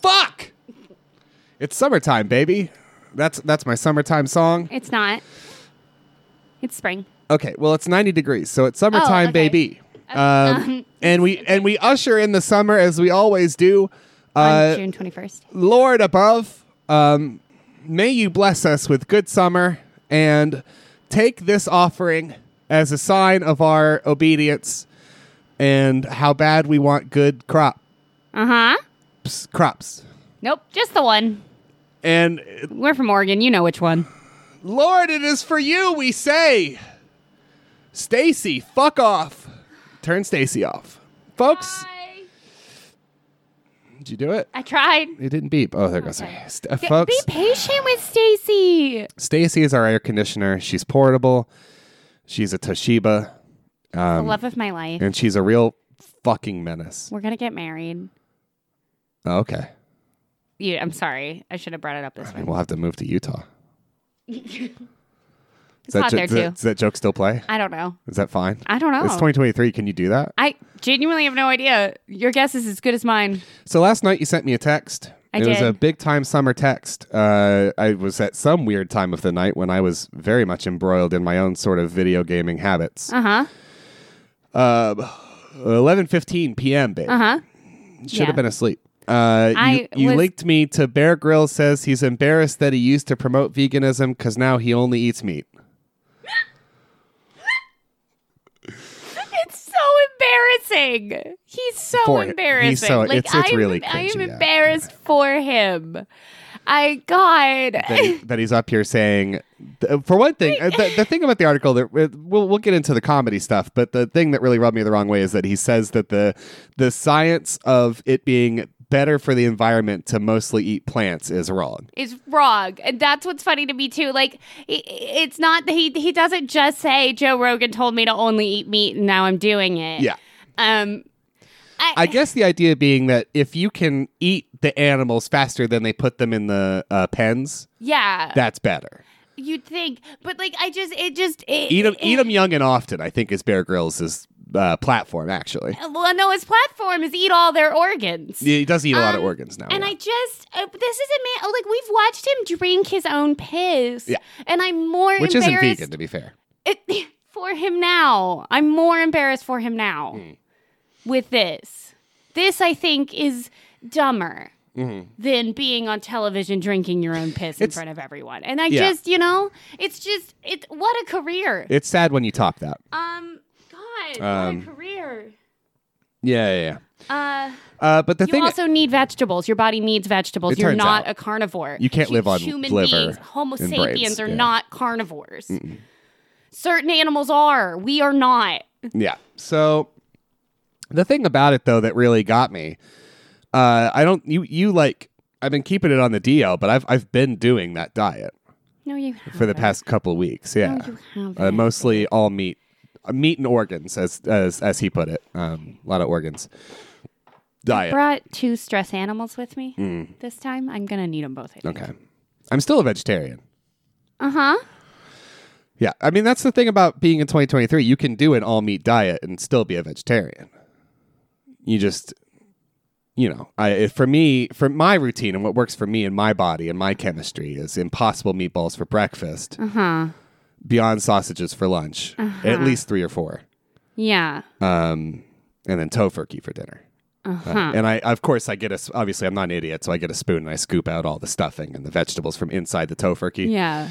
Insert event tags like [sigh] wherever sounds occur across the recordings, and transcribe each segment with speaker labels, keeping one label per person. Speaker 1: Fuck! It's summertime, baby. That's that's my summertime song.
Speaker 2: It's not. It's spring.
Speaker 1: Okay, well it's 90 degrees, so it's summertime,
Speaker 2: okay.
Speaker 1: baby.
Speaker 2: Um,
Speaker 1: Um, and we and we usher in the summer as we always do. Uh,
Speaker 2: on June 21st.
Speaker 1: Lord above, um, may you bless us with good summer and take this offering as a sign of our obedience and how bad we want good crops.
Speaker 2: Uh huh.
Speaker 1: Crops.
Speaker 2: Nope, just the one.
Speaker 1: And
Speaker 2: We're from Oregon. You know which one.
Speaker 1: Lord, it is for you we say. Stacy, fuck off. Turn Stacy off. Folks, did you do it?
Speaker 2: I tried.
Speaker 1: It didn't beep. Oh, there goes.
Speaker 2: Okay.
Speaker 1: St-
Speaker 2: Be-
Speaker 1: folks,
Speaker 2: Be patient with Stacy.
Speaker 1: Stacy is our air conditioner. She's portable. She's a Toshiba, Um,
Speaker 2: the love of my life.
Speaker 1: and she's a real fucking menace.
Speaker 2: We're gonna get married.
Speaker 1: Oh, okay,
Speaker 2: You, I'm sorry. I should have brought it up this
Speaker 1: and
Speaker 2: way.
Speaker 1: we'll have to move to Utah.
Speaker 2: It's
Speaker 1: that
Speaker 2: hot
Speaker 1: jo-
Speaker 2: there
Speaker 1: does that-
Speaker 2: too.
Speaker 1: does that joke still play?
Speaker 2: I don't know.
Speaker 1: Is that fine?
Speaker 2: I don't know.
Speaker 1: It's 2023. Can you do that?
Speaker 2: I genuinely have no idea. Your guess is as good as mine.
Speaker 1: So last night you sent me a text.
Speaker 2: I
Speaker 1: it was
Speaker 2: did.
Speaker 1: a big time summer text. Uh, I was at some weird time of the night when I was very much embroiled in my own sort of video gaming habits.
Speaker 2: Uh huh.
Speaker 1: Um, 11:15 p.m. Babe.
Speaker 2: Uh huh.
Speaker 1: Should
Speaker 2: yeah.
Speaker 1: have been asleep. Uh,
Speaker 2: I
Speaker 1: you you
Speaker 2: was-
Speaker 1: linked me to Bear Grylls says he's embarrassed that he used to promote veganism because now he only eats meat.
Speaker 2: It's so embarrassing. He's so
Speaker 1: For it.
Speaker 2: embarrassing.
Speaker 1: He's so-
Speaker 2: like
Speaker 1: it's- it's
Speaker 2: I'm,
Speaker 1: really
Speaker 2: I am
Speaker 1: cringy, yeah.
Speaker 2: embarrassed for him. I God.
Speaker 1: that, he- that he's up here saying. th- For one thing, uh, the, the thing about the article that we'll we'll get into the comedy stuff, but the thing that really rubbed me the wrong way is that he says that the the science of it being better for the environment to mostly eat plants is wrong.
Speaker 2: is wrong. And that's what's funny to me too. Like i- it's not that he he doesn't just say Joe Rogan told me to only eat meat and now I'm doing it.
Speaker 1: Yeah.
Speaker 2: Um I, [laughs]
Speaker 1: I guess the idea being that if you can eat the animals faster than they put them in the uh, pens,
Speaker 2: yeah.
Speaker 1: that's better.
Speaker 2: you'd think, but like I just it just it,
Speaker 1: Eat them,
Speaker 2: it-
Speaker 1: eat them young and often. I think is Bear Grylls' uh, platform actually.
Speaker 2: Well, no, his platform is eat all their organs.
Speaker 1: He does eat a lot of
Speaker 2: Um,
Speaker 1: organs now.
Speaker 2: And
Speaker 1: Oh, yeah.
Speaker 2: I just uh, this is a man. Like we've watched him drink his own piss.
Speaker 1: Yeah.
Speaker 2: And I'm more
Speaker 1: which isn't
Speaker 2: embarrassed
Speaker 1: vegan to be fair.
Speaker 2: [laughs] it, for him now. I'm more embarrassed for him now
Speaker 1: Hmm.
Speaker 2: with this. This I think is dumber than being on television drinking your own piss in
Speaker 1: Mm-hmm. It's-
Speaker 2: front of everyone. And I
Speaker 1: Yeah.
Speaker 2: just, you know, it's just it what a career.
Speaker 1: It's sad when you top that.
Speaker 2: um god,
Speaker 1: Um,
Speaker 2: what a career.
Speaker 1: Yeah, yeah.
Speaker 2: Uh
Speaker 1: yeah. Uh, but the
Speaker 2: you
Speaker 1: thing,
Speaker 2: also need vegetables. Your body needs vegetables.
Speaker 1: It
Speaker 2: You're
Speaker 1: turns
Speaker 2: not
Speaker 1: out
Speaker 2: a carnivore.
Speaker 1: you can't
Speaker 2: Hu-
Speaker 1: live on
Speaker 2: human
Speaker 1: liver
Speaker 2: beings. Homo
Speaker 1: and
Speaker 2: sapiens
Speaker 1: brains,
Speaker 2: are
Speaker 1: yeah.
Speaker 2: not carnivores. Certain animals are. We are not.
Speaker 1: yeah. So the thing about it though that really got me, uh, I don't you you like I've been keeping it on the DL, but I've I've been doing that diet
Speaker 2: No, you
Speaker 1: for the
Speaker 2: haven't.
Speaker 1: past couple weeks. Yeah,
Speaker 2: Oh, you haven't.
Speaker 1: uh, mostly all meat, uh, meat and organs, as as as he put it. Um, a lot of organs. Diet.
Speaker 2: brought two stress animals with me this time. I'm gonna need them both. I think.
Speaker 1: Mm. Okay. I'm still a vegetarian.
Speaker 2: Uh huh.
Speaker 1: Yeah, I mean that's the thing about being in 2023. You can do an all meat diet and still be a vegetarian. You just, you know, I if for me, for my routine and what works for me and my body and my chemistry is impossible meatballs for breakfast,
Speaker 2: Uh huh.
Speaker 1: beyond sausages for lunch, at least three or four,
Speaker 2: Yeah.
Speaker 1: um, and then tofurkey for dinner.
Speaker 2: Uh-huh.
Speaker 1: Uh, and I, of course, I get a. s- Obviously, I'm not an idiot, so I get a spoon and I scoop out all the stuffing and the vegetables from inside the tofurkey.
Speaker 2: Yeah.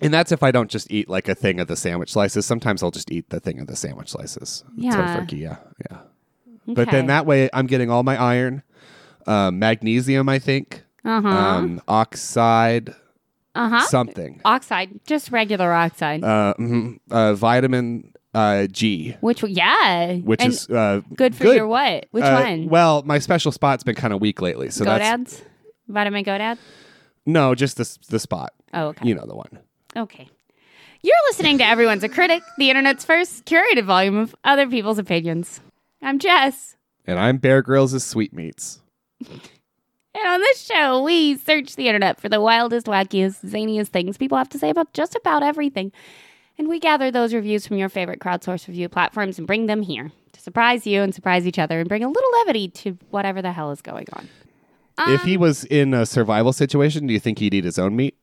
Speaker 1: And that's if I don't just eat like a thing of the sandwich slices. Sometimes I'll just eat the thing of the sandwich slices.
Speaker 2: Yeah.
Speaker 1: Tofurkey, yeah, yeah. But
Speaker 2: Okay.
Speaker 1: then that way I'm getting all my iron, um, magnesium, I think,
Speaker 2: Uh huh.
Speaker 1: um, oxide,
Speaker 2: uh huh.
Speaker 1: something, mm-hmm,
Speaker 2: Oxide, just regular oxide.
Speaker 1: uh, mhm, uh, vitamin uh, G,
Speaker 2: Which one? Yeah.
Speaker 1: which
Speaker 2: And
Speaker 1: is uh,
Speaker 2: good for
Speaker 1: good.
Speaker 2: your what? Which
Speaker 1: uh,
Speaker 2: one?
Speaker 1: Well, my special spot's been kind of weak lately, so that's
Speaker 2: Godads? Vitamin Godad?
Speaker 1: no, just the s- the spot.
Speaker 2: Oh, okay.
Speaker 1: You know the one.
Speaker 2: Okay. You're listening to Everyone's a Critic, the internet's first curated volume of other people's opinions. I'm Jess,
Speaker 1: And I'm Bear Grylls' sweetmeats.
Speaker 2: and on this show, we search the internet for the wildest, wackiest, zaniest things people have to say about just about everything. And we gather those reviews from your favorite crowdsource review platforms and bring them here to surprise you and surprise each other and bring a little levity to whatever the hell is going on.
Speaker 1: if
Speaker 2: Um,
Speaker 1: he was in a survival situation, do you think he'd eat his own meat?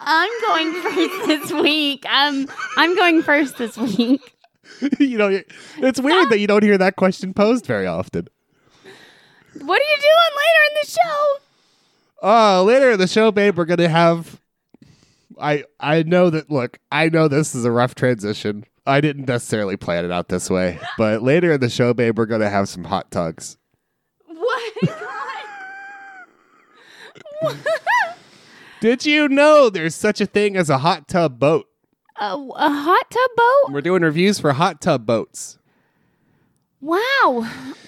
Speaker 2: I'm going [laughs] first this week. Um, I'm going first this [laughs] week.
Speaker 1: [laughs] you know, it's weird that you don't hear that question posed very often.
Speaker 2: What are you doing later in the show?
Speaker 1: Oh, later in the show, babe, we're gonna have. I I know that. Look, I know this is a rough transition. I didn't necessarily plan it out this way, but later in the show, babe, we're gonna have some hot tugs.
Speaker 2: What? [laughs] What?
Speaker 1: Did you know there's such a thing as a hot tub boat?
Speaker 2: a, a hot tub boat?
Speaker 1: We're doing reviews for hot tub boats.
Speaker 2: Wow.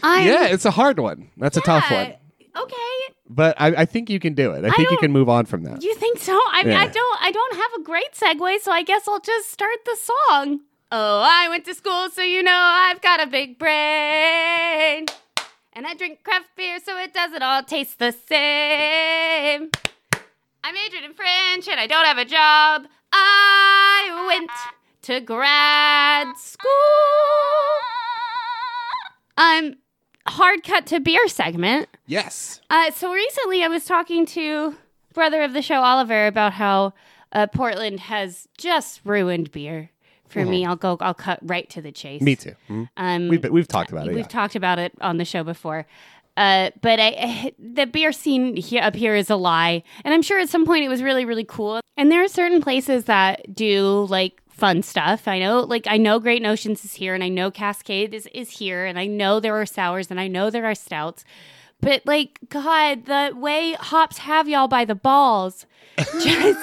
Speaker 2: I
Speaker 1: Yeah, it's a hard one. That's a tough one,
Speaker 2: Okay.
Speaker 1: but I, I think you can do it. I think you
Speaker 2: don't-
Speaker 1: can move on from that.
Speaker 2: You think so? I mean, I
Speaker 1: Yeah.
Speaker 2: don't I don't have a great segue, so I guess I'll just start the song. Oh, I went to school, so you know I've got a big brain. And I drink craft beer, so it doesn't all taste the same. I majored in French and I don't have a job. I went to grad school. Um, hard cut to beer segment.
Speaker 1: Yes.
Speaker 2: Uh, so recently, I was talking to brother of the show Oliver about how uh, Portland has just ruined beer for me. I'll go. I'll cut right to the chase.
Speaker 1: Mm-hmm. Me too. Mhm.
Speaker 2: Um,
Speaker 1: We've been- we've talked about it.
Speaker 2: We've
Speaker 1: Yeah.
Speaker 2: talked about it on the show before. Uh, but I, I- [laughs] the beer scene here, up here is a lie. And I'm sure at some point it was really, really cool. And there are certain places that do like fun stuff. I know, like, I know Great Notions is here and I know Cascade is, is here. And I know there are sours and I know there are stouts. But like, God, the way hops have y'all by the balls [laughs] just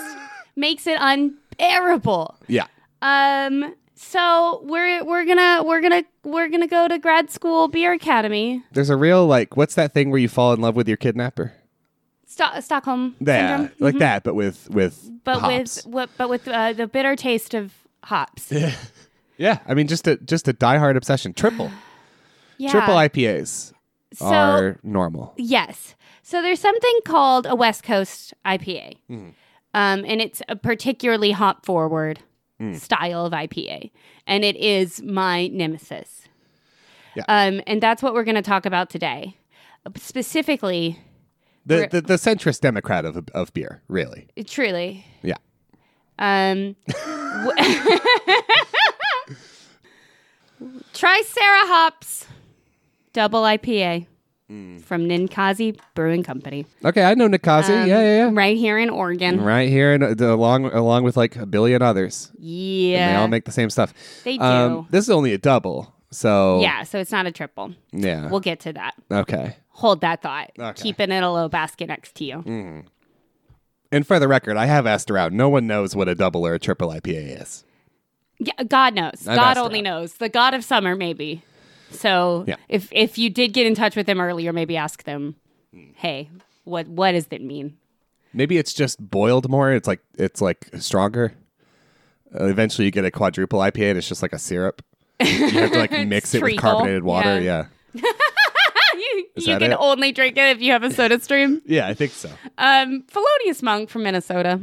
Speaker 2: makes it unbearable.
Speaker 1: yeah.
Speaker 2: Um. So we're we're gonna we're gonna we're gonna go to grad school beer academy.
Speaker 1: There's a real like, what's that thing where you fall in love with your kidnapper?
Speaker 2: Sto- Stockholm
Speaker 1: Yeah,
Speaker 2: syndrome, Mm-hmm.
Speaker 1: like that, but with with
Speaker 2: but
Speaker 1: hops.
Speaker 2: with what? But with uh, the bitter taste of
Speaker 1: [laughs]
Speaker 2: hops. Yeah.
Speaker 1: yeah, I mean just a just a diehard obsession. Triple triple IPAs
Speaker 2: so
Speaker 1: are normal.
Speaker 2: yes. So there's something called a West Coast IPA,
Speaker 1: Mm-hmm.
Speaker 2: um, and it's a particularly hop forward
Speaker 1: Mm.
Speaker 2: style of IPA, and it is my nemesis.
Speaker 1: Yeah.
Speaker 2: Um, and that's what we're going to talk about today, specifically.
Speaker 1: The, the the centrist Democrat of of beer, really.
Speaker 2: Truly.
Speaker 1: Yeah,
Speaker 2: Um, w- [laughs] try Sarah Hops Double IPA
Speaker 1: Hmm.
Speaker 2: from Ninkazi Brewing Company,
Speaker 1: okay, I know Nikazi.
Speaker 2: Um,
Speaker 1: yeah, yeah,
Speaker 2: right here in
Speaker 1: yeah.
Speaker 2: Oregon.
Speaker 1: Right here, and uh, along along with like a billion others, and
Speaker 2: Yeah,
Speaker 1: they all make the same stuff. Um,
Speaker 2: They do.
Speaker 1: this is only a double, so
Speaker 2: yeah. So it's not a triple.
Speaker 1: yeah.
Speaker 2: We'll get to that.
Speaker 1: okay.
Speaker 2: Hold that thought.
Speaker 1: Okay. Hmm.
Speaker 2: Keeping it in a little basket next to you.
Speaker 1: And for the record, I have asked around. No one knows what a double or a triple IPA is.
Speaker 2: Yeah, God
Speaker 1: I've
Speaker 2: knows.
Speaker 1: asked
Speaker 2: God
Speaker 1: her
Speaker 2: only
Speaker 1: out.
Speaker 2: knows. The God of summer, maybe. So
Speaker 1: Yeah.
Speaker 2: if if you did get in touch with them earlier, maybe ask them,
Speaker 1: Hmm.
Speaker 2: hey, what what does that mean?
Speaker 1: Maybe it's just boiled more. It's like it's like stronger. Uh, eventually, you get a quadruple IPA, and it's just like a syrup. You have to
Speaker 2: [laughs]
Speaker 1: like mix it with
Speaker 2: treacle.
Speaker 1: carbonated water.
Speaker 2: Yeah.
Speaker 1: Yeah.
Speaker 2: you
Speaker 1: Is
Speaker 2: you
Speaker 1: that
Speaker 2: can
Speaker 1: it?
Speaker 2: only drink it if you have a soda stream.
Speaker 1: yeah, I think so.
Speaker 2: um, Felonious Monk from Minnesota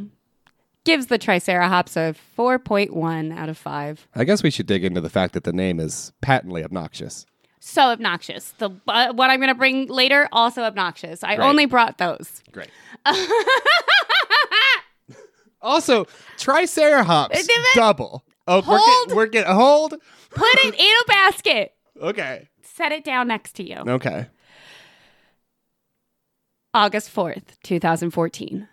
Speaker 2: gives the Tricera hops a 4.1 out of 5.
Speaker 1: I guess we should dig into the fact that the name is patently obnoxious.
Speaker 2: So obnoxious. The uh, What I'm going to bring later, also obnoxious. I
Speaker 1: Right.
Speaker 2: only brought those.
Speaker 1: Great. [laughs] also, Triceratops double. Oh,
Speaker 2: Hold.
Speaker 1: we're getting hold.
Speaker 2: Put it in a basket.
Speaker 1: Okay.
Speaker 2: Set it down next to you.
Speaker 1: Okay.
Speaker 2: August 4th, 2014.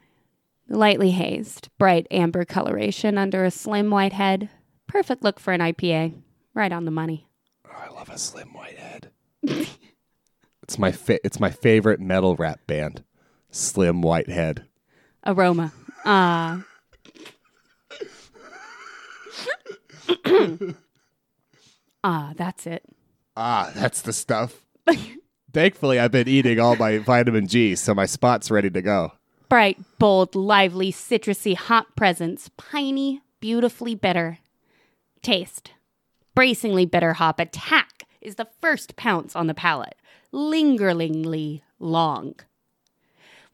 Speaker 2: Lightly hazed, bright amber coloration under a slim white head. Perfect look for an IPA. Right on the money.
Speaker 1: Oh, I love a slim white head. [laughs] it's my fa- it's my favorite metal rap band, Slim Whitehead.
Speaker 2: Uh, Aroma. Ah. [coughs] Ah, that's it.
Speaker 1: Ah, that's the [laughs] stuff. Thankfully, I've been eating all my vitamin G, so my spot's ready to go.
Speaker 2: Bright, bold, lively, citrusy, hot presence, piney, beautifully bitter. Taste. Bracingly bitter hop attack is the first pounce on the palate, lingeringly long.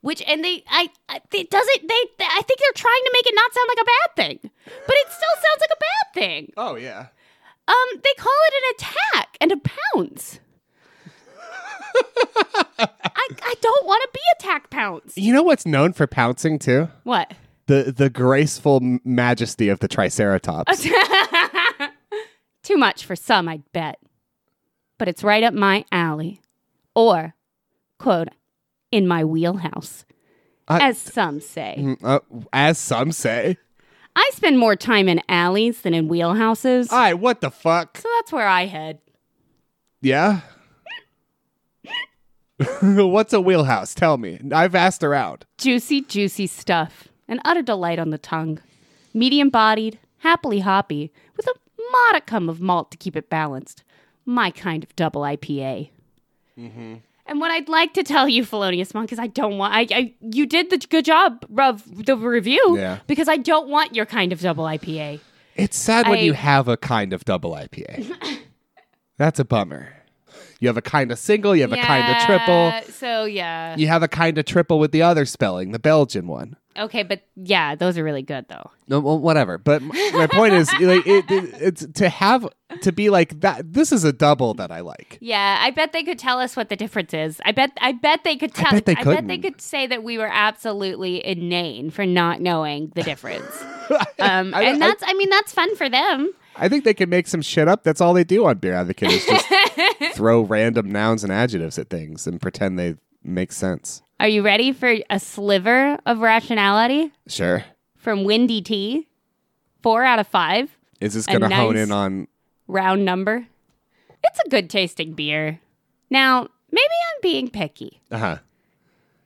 Speaker 2: Which and they, I, I it doesn't. They, I think they're trying to make it not sound like a bad thing, but it still sounds like a bad thing.
Speaker 1: Oh yeah.
Speaker 2: Um, they call it an attack and a pounce. I, I don't want to be attack pounce.
Speaker 1: You know what's known for pouncing too?
Speaker 2: What? [laughs]
Speaker 1: The the graceful m- majesty of the [laughs] Triceratops.
Speaker 2: Too much for some, I'd bet. But it's right up my alley. Or, quote, in my wheelhouse,
Speaker 1: I-
Speaker 2: as some say.
Speaker 1: Mm, uh, as some say.
Speaker 2: I spend more time in alleys than in wheelhouses.
Speaker 1: Aye, what the fuck?
Speaker 2: so that's where I head.
Speaker 1: Yeah. [laughs] What's a wheelhouse? Tell me. I've asked around.
Speaker 2: Juicy, juicy stuff. An utter delight on the tongue. Medium bodied, happily hoppy, with a modicum of malt to keep it balanced. My kind of double IPA.
Speaker 1: Mm-hmm.
Speaker 2: And what I'd like to tell you, Felonious Monk, is I don't want. I, I you did the good job of the review
Speaker 1: Yeah.
Speaker 2: because I don't want your kind of double IPA.
Speaker 1: It's sad when
Speaker 2: I-
Speaker 1: you have a kind of double IPA.
Speaker 2: [laughs]
Speaker 1: That's a bummer. You have a kind of single, you have a kind of triple.
Speaker 2: So yeah.
Speaker 1: You have a kind of triple with the other spelling, the Belgian one.
Speaker 2: Okay, but yeah, those are really good though.
Speaker 1: No, well, whatever. But m- my point is, [laughs] like, it, it, it's to have to be like that. This is a double that I like.
Speaker 2: Yeah, I bet they could tell us what the difference is. I bet I bet they could tell
Speaker 1: bet they couldn't.
Speaker 2: could say that we were absolutely inane for not knowing the difference.
Speaker 1: [laughs]
Speaker 2: um,
Speaker 1: I-
Speaker 2: and
Speaker 1: I-
Speaker 2: that's I mean that's fun for them.
Speaker 1: I think they can make some shit up. That's all they do on Beer Advocate is
Speaker 2: [laughs]
Speaker 1: just throw random nouns and adjectives at things and pretend they make sense.
Speaker 2: Are you ready for a sliver of rationality
Speaker 1: Sure.
Speaker 2: from Windy T? 4 out of 5,
Speaker 1: Is this
Speaker 2: A
Speaker 1: going to hone
Speaker 2: nice-
Speaker 1: in on?
Speaker 2: round number. It's a good tasting beer. Now, maybe I'm being picky.
Speaker 1: Uh huh.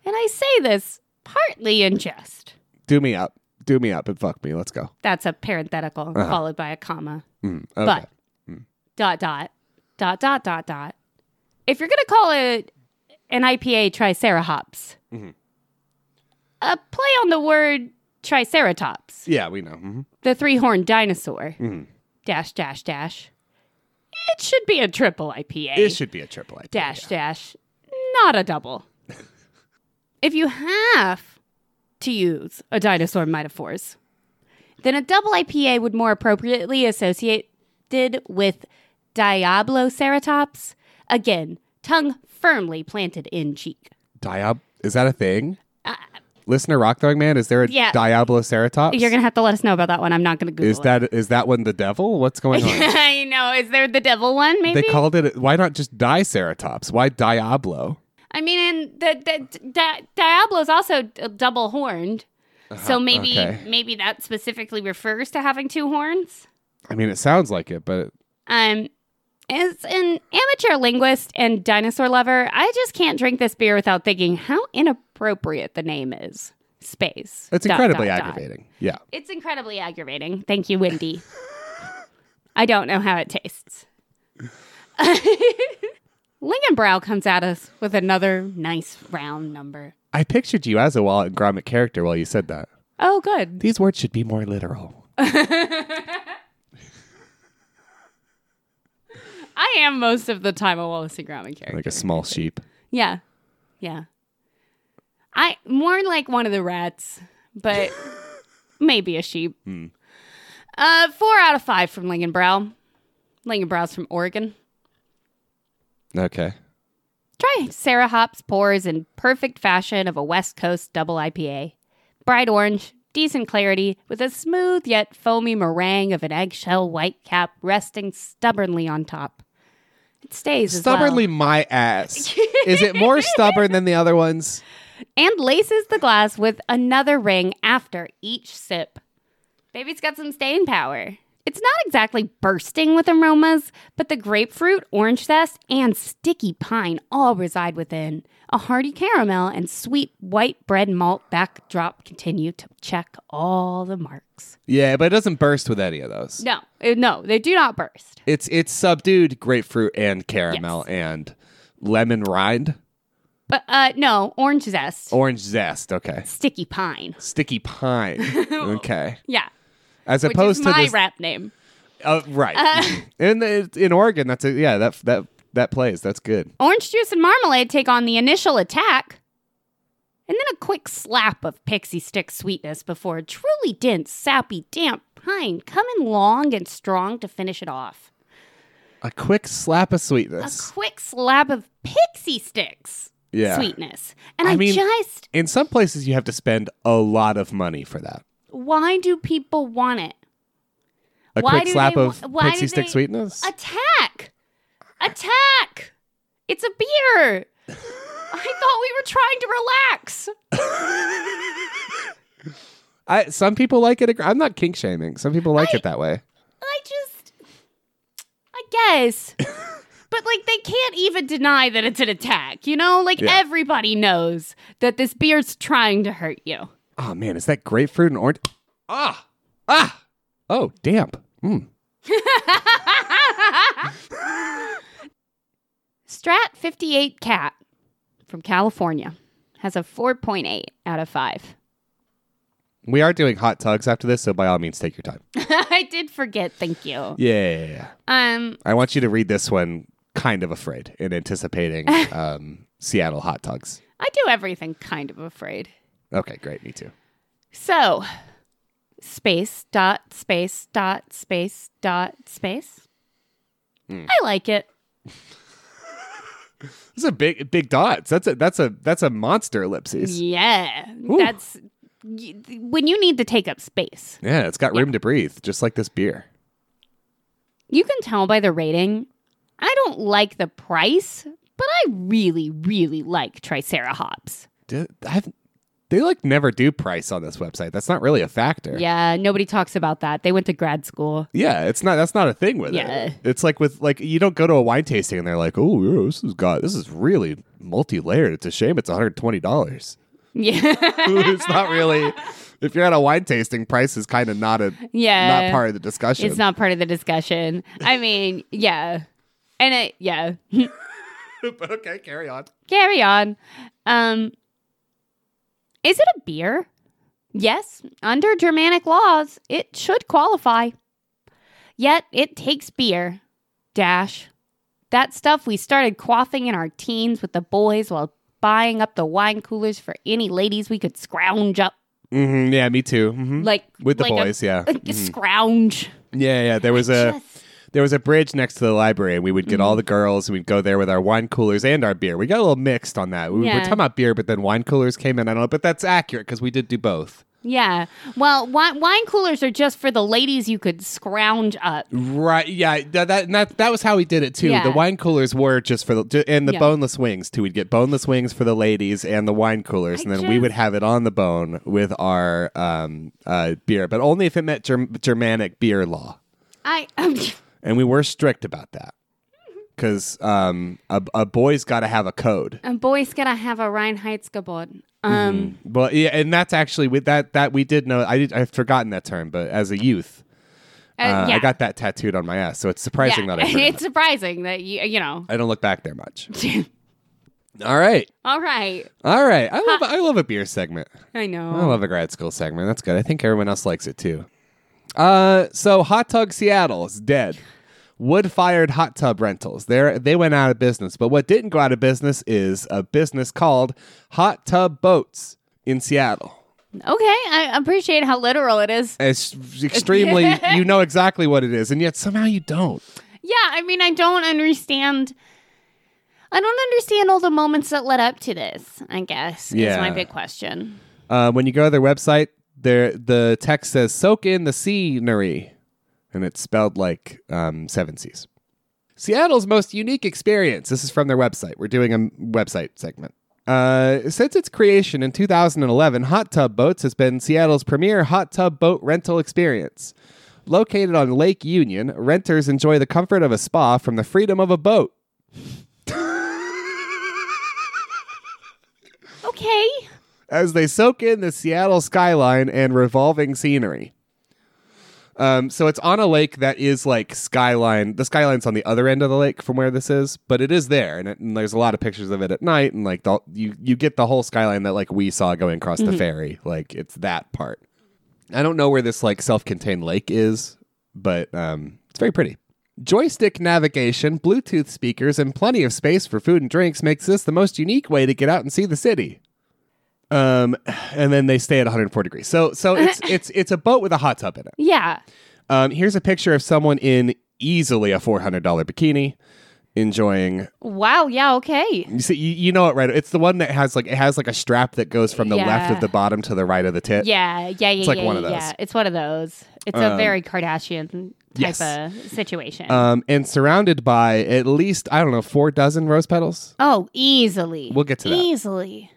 Speaker 2: And I say this partly in jest.
Speaker 1: Do me up. Do me up and fuck me. Let's go.
Speaker 2: That's a parenthetical
Speaker 1: Uh-huh.
Speaker 2: followed by a comma.
Speaker 1: Mm, okay.
Speaker 2: But dot dot dot dot dot dot. If you're gonna call it an IPA Triceratops,
Speaker 1: Mm-hmm.
Speaker 2: a play on the word Triceratops,
Speaker 1: yeah, we know. Mhm.
Speaker 2: the three-horned dinosaur,
Speaker 1: Mm-hmm.
Speaker 2: dash dash dash. It should be a triple IPA.
Speaker 1: It should be a triple IPA.
Speaker 2: dash dash, not
Speaker 1: [laughs]
Speaker 2: a double. if you have to use a dinosaur metaphors, then a double IPA would more appropriately associated with Diablo ceratops. Again, tongue firmly planted in cheek.
Speaker 1: Diab is that a thing? Listener Rock Throwing Man, is there a
Speaker 2: Uh, Yeah.
Speaker 1: Diablo Ceratops?
Speaker 2: You're gonna have to let us know about that one. I'm not gonna Google
Speaker 1: is that is that one the devil? What's going
Speaker 2: [laughs] it.
Speaker 1: on?
Speaker 2: I know. Is there the devil one? Maybe.
Speaker 1: they called it. Why not just Diceratops? Why Diablo?
Speaker 2: I mean, and the, the, Di- Diablo's also double horned, so maybe
Speaker 1: Uh-huh, okay.
Speaker 2: maybe that specifically refers to having two horns.
Speaker 1: I mean, it sounds like it, but
Speaker 2: Um, as an amateur linguist and dinosaur lover, I just can't drink this beer without thinking how inappropriate the name is. Space.
Speaker 1: it's
Speaker 2: Dot,
Speaker 1: incredibly
Speaker 2: dot, dot.
Speaker 1: aggravating. Yeah.
Speaker 2: It's incredibly aggravating. Thank you, Wendy. I don't know how it tastes. [laughs] Lingenbrow comes at us with another nice round number.
Speaker 1: I pictured you as a Wallet and Gromit character while you said that.
Speaker 2: Oh, good.
Speaker 1: These words should be more literal.
Speaker 2: I am most of the time a Wallace and Gromit character.
Speaker 1: Like a small sheep.
Speaker 2: Yeah. Yeah. I more like one of the rats,
Speaker 1: [laughs]
Speaker 2: but maybe a sheep.
Speaker 1: Hmm.
Speaker 2: Uh, four out of five from Lingenbrow. Lingenbrow's from Oregon.
Speaker 1: Okay.
Speaker 2: Try Sarah Hops pours in perfect fashion of a West Coast double IPA. Bright orange, decent clarity, with a smooth yet foamy meringue of an eggshell white cap resting stubbornly on top. It stays as well.
Speaker 1: Stubbornly my ass. Is it more
Speaker 2: [laughs]
Speaker 1: stubborn than the other ones?
Speaker 2: and laces the glass with another ring after each sip. Baby's got some staying power. It's not exactly bursting with aromas, but the grapefruit, orange zest, and sticky pine all reside within. A hearty caramel and sweet white bread malt backdrop continue to check all the marks.
Speaker 1: Yeah, but it doesn't burst with any of those.
Speaker 2: No, eh, no, they do not burst.
Speaker 1: It's it's subdued grapefruit and caramel and lemon rind,
Speaker 2: But uh no, orange zest,
Speaker 1: orange zest. Okay,
Speaker 2: sticky pine.
Speaker 1: sticky
Speaker 2: [laughs]
Speaker 1: pine. okay,
Speaker 2: Yeah,
Speaker 1: as
Speaker 2: which
Speaker 1: opposed
Speaker 2: is
Speaker 1: to
Speaker 2: my
Speaker 1: this,
Speaker 2: rap name.
Speaker 1: uh, right? in the, in Oregon, that's a, yeah that that that plays. That's good.
Speaker 2: Orange juice and marmalade take on the initial attack, and then a quick slap of pixie stick sweetness before a truly dense, sappy, damp pine coming long and strong to finish it off.
Speaker 1: A quick slap of
Speaker 2: A
Speaker 1: sweetness.
Speaker 2: quick slab of pixie sticks
Speaker 1: yeah.
Speaker 2: sweetness. And
Speaker 1: I
Speaker 2: I,
Speaker 1: mean-
Speaker 2: just,
Speaker 1: In some places, you have to spend a lot of money for that.
Speaker 2: why do people want it?
Speaker 1: A
Speaker 2: Why
Speaker 1: quick
Speaker 2: do
Speaker 1: slap
Speaker 2: they
Speaker 1: of
Speaker 2: wa- why
Speaker 1: pixie
Speaker 2: do
Speaker 1: stick
Speaker 2: they-
Speaker 1: sweetness. [laughs]
Speaker 2: Attack! Attack! It's a
Speaker 1: [laughs]
Speaker 2: beer! I thought we were trying to relax.
Speaker 1: I, some people like it. ag- I'm not kink shaming. Some people like it that way.
Speaker 2: I just, I
Speaker 1: [laughs]
Speaker 2: guess. but like, they can't even deny that it's an attack, you know? Like,
Speaker 1: Yeah.
Speaker 2: everybody knows that this beer's trying to hurt
Speaker 1: [laughs]
Speaker 2: you.
Speaker 1: Oh man, is that grapefruit and orange? Ah, ah. Oh, damp. Mm.
Speaker 2: Strat 58 Cat from California has a 4.8 out
Speaker 1: [laughs]
Speaker 2: of 5.
Speaker 1: We are doing hot tugs after this, so by all means, take your time.
Speaker 2: I did forget, thank you.
Speaker 1: Yeah, yeah, yeah, yeah.
Speaker 2: Um,
Speaker 1: I want you to read this one, kind of afraid and anticipating um, Seattle hot tugs.
Speaker 2: I do everything kind of afraid.
Speaker 1: Okay, great. Me too.
Speaker 2: So, space dot space dot space dot space.
Speaker 1: Hmm.
Speaker 2: I like it.
Speaker 1: Those are big, big dots. That's a that's a that's a monster ellipses.
Speaker 2: Yeah, that's y- when you need to take up space.
Speaker 1: Yeah, it's got room to breathe, just like this beer.
Speaker 2: You can tell by the rating. I don't like the price, but I really, really like Tricera hops.
Speaker 1: Do- I've, they like never do price on this website. That's not really a factor.
Speaker 2: Yeah, nobody talks about that. They went to grad school. [laughs]
Speaker 1: Yeah, it's not. That's not a thing with
Speaker 2: Yeah.
Speaker 1: it. It's like with like you don't go to a wine tasting and they're like, oh, yeah, this is got this is really multi layered. It's a shame it's one hundred twenty dollars. [laughs]
Speaker 2: Yeah,
Speaker 1: it's not really. If you're at a wine tasting, price is kind of not a
Speaker 2: Yeah.
Speaker 1: not part of the discussion.
Speaker 2: Eh, it's not part of the discussion. I mean, yeah, and it, yeah.
Speaker 1: [laughs] but okay, carry on.
Speaker 2: carry on. Um, is it a beer? Yes, under Germanic laws, it should qualify. Yet it takes beer. Dash. That stuff we started quaffing in our teens with the boys while buying up the wine coolers for any ladies we could scrounge up.
Speaker 1: hmm yeah, me too. hmm
Speaker 2: Like
Speaker 1: With the
Speaker 2: [laughs] like a-
Speaker 1: boys, Mm-hmm. yeah.
Speaker 2: like a scrounge.
Speaker 1: Yeah, yeah. There was a
Speaker 2: Just-
Speaker 1: there was a bridge next to the library, and we would get
Speaker 2: Mm-hmm.
Speaker 1: all the girls, and we'd go there with our wine coolers and our beer. We got a little mixed on that. We
Speaker 2: Yeah.
Speaker 1: were talking about beer, but then wine coolers came in. I don't know, but that's accurate because we did do both.
Speaker 2: yeah. Well, wi- wine coolers are just for the ladies you could scrounge up.
Speaker 1: Right? Yeah. That that that, that was how we did it too.
Speaker 2: Yeah.
Speaker 1: The wine coolers were just for the ju- and the
Speaker 2: Yeah.
Speaker 1: boneless wings too. We'd get boneless wings for the ladies and the wine coolers, and then we
Speaker 2: just-
Speaker 1: would have it on the bone with our um, uh, beer, but only if it met Germ- Germanic beer law.
Speaker 2: I. [laughs]
Speaker 1: and we were strict about that because um, a, a boy's got to have a code.
Speaker 2: A boy's gotta have a Reinheitsgebot. Um,
Speaker 1: But yeah, and that's actually with that that we did know. I did, I've forgotten that term, but as a youth,
Speaker 2: uh,
Speaker 1: uh,
Speaker 2: yeah.
Speaker 1: I got that tattooed on my ass. So it's surprising
Speaker 2: yeah. [laughs]
Speaker 1: that I forgot.
Speaker 2: it's surprising that you, you know.
Speaker 1: I don't look back there much. All right,
Speaker 2: [laughs] All right,
Speaker 1: all right. I love I love a beer segment.
Speaker 2: I
Speaker 1: I
Speaker 2: know.
Speaker 1: love a grad school segment. That's good. I think everyone else likes it too. Uh, so Hot Tub Seattle is dead. Wood fired hot tub rentals. They they went out of business. But what didn't go out of business is a business called Hot Tub Boats in Seattle. Oh.
Speaker 2: Okay, I appreciate how literal it is.
Speaker 1: It's extremely you know exactly what it is, and yet somehow you don't.
Speaker 2: Yeah, I mean, I don't understand. I don't understand all the moments that led up to this. I guess is
Speaker 1: Yeah.
Speaker 2: my big question.
Speaker 1: Uh, when you go to their website, there the text says "soak in the scenery," and it's spelled like um, seven C's. Seattle's most unique experience. This is from their website. We're doing a m- website segment. Uh, since its creation in 2011, Hot Tub Boats has been Seattle's premier hot tub boat rental experience. Located on Lake Union, renters enjoy the comfort of a spa from the freedom of a boat.
Speaker 2: Okay.
Speaker 1: as they soak in the Seattle skyline and revolving scenery. Um, so it's on a lake that is like skyline. The skyline's on the other end of the lake from where this is, but it is there, and, it, and there's a lot of pictures of it at night, and like the, you you get the whole skyline that like we saw going across the ferry. Like it's that part. I don't know where this like self-contained lake is, but um, it's very pretty. Joystick navigation, Bluetooth speakers, and plenty of space for food and drinks makes this the most unique way to get out and see the city. Um, and then they stay at 104 degrees. So
Speaker 2: [laughs]
Speaker 1: so it's it's it's a boat with a hot tub in it.
Speaker 2: Yeah.
Speaker 1: Um, here's a picture of someone in easily a $400 bikini enjoying.
Speaker 2: Wow. Yeah. Okay.
Speaker 1: You see, you, you know it right. It's the one that has like it has like a strap that goes from the left
Speaker 2: Yeah.
Speaker 1: of the bottom to the right of the tit.
Speaker 2: Yeah. Yeah. Yeah. It's
Speaker 1: like
Speaker 2: yeah,
Speaker 1: one of
Speaker 2: yeah.
Speaker 1: those. Um,
Speaker 2: It's one of those. It's a very Kardashian type
Speaker 1: Yes.
Speaker 2: of situation.
Speaker 1: Um, and surrounded by at least I don't know four dozen rose petals.
Speaker 2: oh, easily.
Speaker 1: We'll get to that.
Speaker 2: Easily.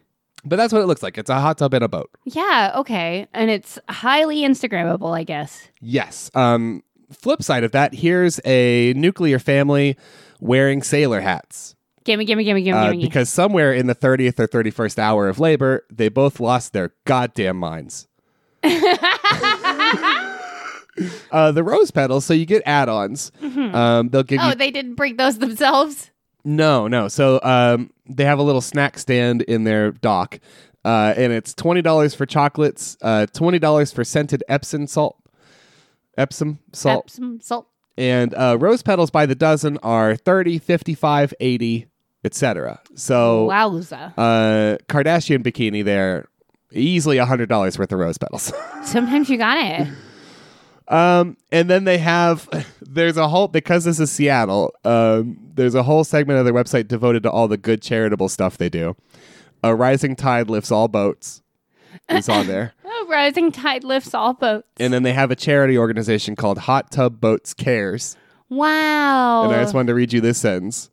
Speaker 1: But that's what it looks like. It's a hot tub in a boat.
Speaker 2: Yeah. Okay. And it's highly Instagrammable, I guess.
Speaker 1: Yes. Um, flip side of that, here's a nuclear family wearing sailor hats.
Speaker 2: Gimme, gimme, gimme, gimme,
Speaker 1: Uh,
Speaker 2: gimme.
Speaker 1: because somewhere in the 30th or 31st hour of labor, they both lost their goddamn
Speaker 2: [laughs]
Speaker 1: minds. uh, the rose petals, so you get add ons. Um, they'll give
Speaker 2: oh,
Speaker 1: you.
Speaker 2: they didn't bring those [laughs] themselves?
Speaker 1: No, no. So um, they have a little snack stand in their dock, uh, and it's $20 for chocolates, uh, $20 for scented Epsom salt. Epsom salt.
Speaker 2: Epsom salt.
Speaker 1: and uh, rose petals by the dozen are 30 55 80 etc
Speaker 2: Oh,
Speaker 1: so
Speaker 2: Wowza.
Speaker 1: uh kardashian bikini there easily $100 worth of rose petals [laughs]
Speaker 2: Sometimes you got it.
Speaker 1: um and then they have [laughs] there's a whole because this is seattle um there's a whole segment of their website devoted to all the good charitable stuff they do a rising tide lifts all boats is on there
Speaker 2: Oh, rising tide lifts all boats.
Speaker 1: and then they have a charity organization called hot tub boats cares
Speaker 2: Wow.
Speaker 1: And I just wanted to read you this sentence.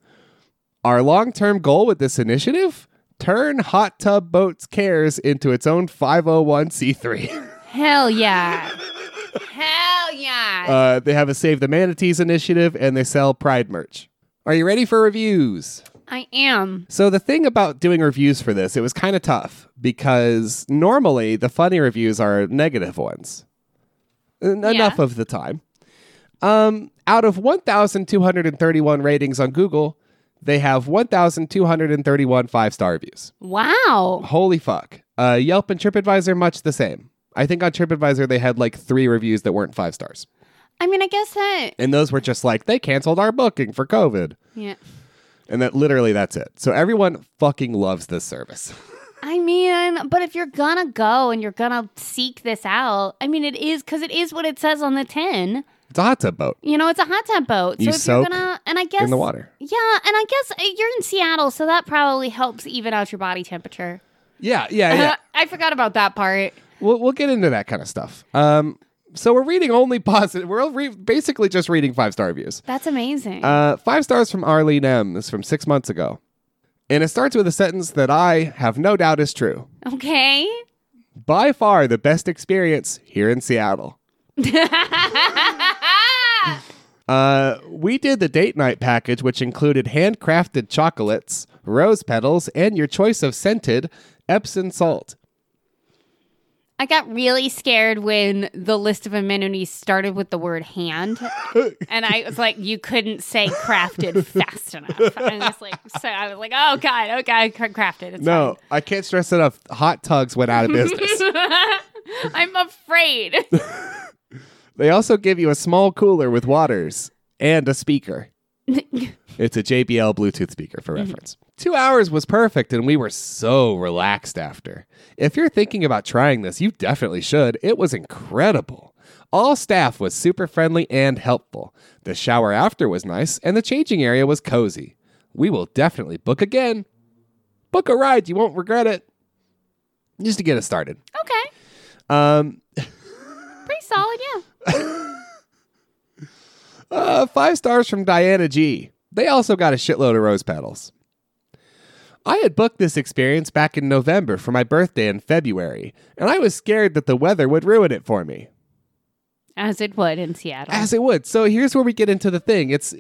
Speaker 1: Our long term goal with this initiative? Turn Hot Tub Boats Cares into its own [laughs] 501c3. [laughs]
Speaker 2: Hell yeah. Hell yeah.
Speaker 1: Uh, they have a Save the Manatees initiative and they sell Pride merch. Are you ready for reviews?
Speaker 2: I am.
Speaker 1: So, the thing about doing reviews for this, it was kind of tough because normally the funny reviews are negative ones. En- Enough of the time. Um, out of 1,231 ratings on Google, they have 1,231 five star reviews.
Speaker 2: Wow.
Speaker 1: Holy fuck. Uh, Yelp and TripAdvisor, much the same. I think on TripAdvisor, they had like three reviews that weren't five stars.
Speaker 2: I mean, I guess that.
Speaker 1: And those were just like, they canceled our booking for COVID.
Speaker 2: Yeah.
Speaker 1: And that literally that's it. So everyone fucking loves this service. [laughs]
Speaker 2: I mean, but if you're gonna go and you're gonna seek this out, I mean, it is because it is what it says on the tin.
Speaker 1: It's a hot tub boat
Speaker 2: You know, it's a hot tub boat.
Speaker 1: You
Speaker 2: so if
Speaker 1: soak
Speaker 2: you're gonna, and I guess
Speaker 1: in the water.
Speaker 2: Yeah, and I guess uh, you're in Seattle, so that probably helps even out your body temperature.
Speaker 1: Yeah, yeah, Uh, yeah.
Speaker 2: [laughs] I forgot about that part.
Speaker 1: we'll, we'll get into that kind of stuff. Um, so we're reading only positive. We're re- basically just reading five star reviews.
Speaker 2: That's amazing.
Speaker 1: Uh, five stars from Arlene M. This is from six months ago. And it starts with a sentence that I have no doubt is true.
Speaker 2: okay.
Speaker 1: By far the best experience here in Seattle. Uh, we did the date night package, which included handcrafted chocolates, rose petals, and your choice of scented Epsom salt.
Speaker 2: I got really scared when the list of amenities started with the
Speaker 1: [laughs]
Speaker 2: word hand. and I was like, you couldn't say
Speaker 1: [laughs]
Speaker 2: crafted fast enough. And it's like, so I was like, oh God, okay, cra- crafted. It's
Speaker 1: No, I can't stress enough. Hot tugs went out of business.
Speaker 2: fine. [laughs]
Speaker 1: [laughs]
Speaker 2: I'm afraid.
Speaker 1: They also give you a small cooler with waters and a speaker. it's a JBL Bluetooth speaker for reference. Two hours was perfect, and we were so relaxed after. If you're thinking about trying this, you definitely should. It was incredible. All staff was super friendly and helpful. The shower after was nice, and the changing area was cozy. We will definitely book again. Book a ride, you won't regret it. Just to get us started.
Speaker 2: okay.
Speaker 1: Um,
Speaker 2: Pretty solid, yeah.
Speaker 1: Uh, five stars from Diana G. They also got a shitload of rose petals. I had booked this experience back in November for my birthday in February, and I was scared that the weather would ruin it for me.
Speaker 2: as it would in Seattle.
Speaker 1: as it would. So here's where we get into the thing. It's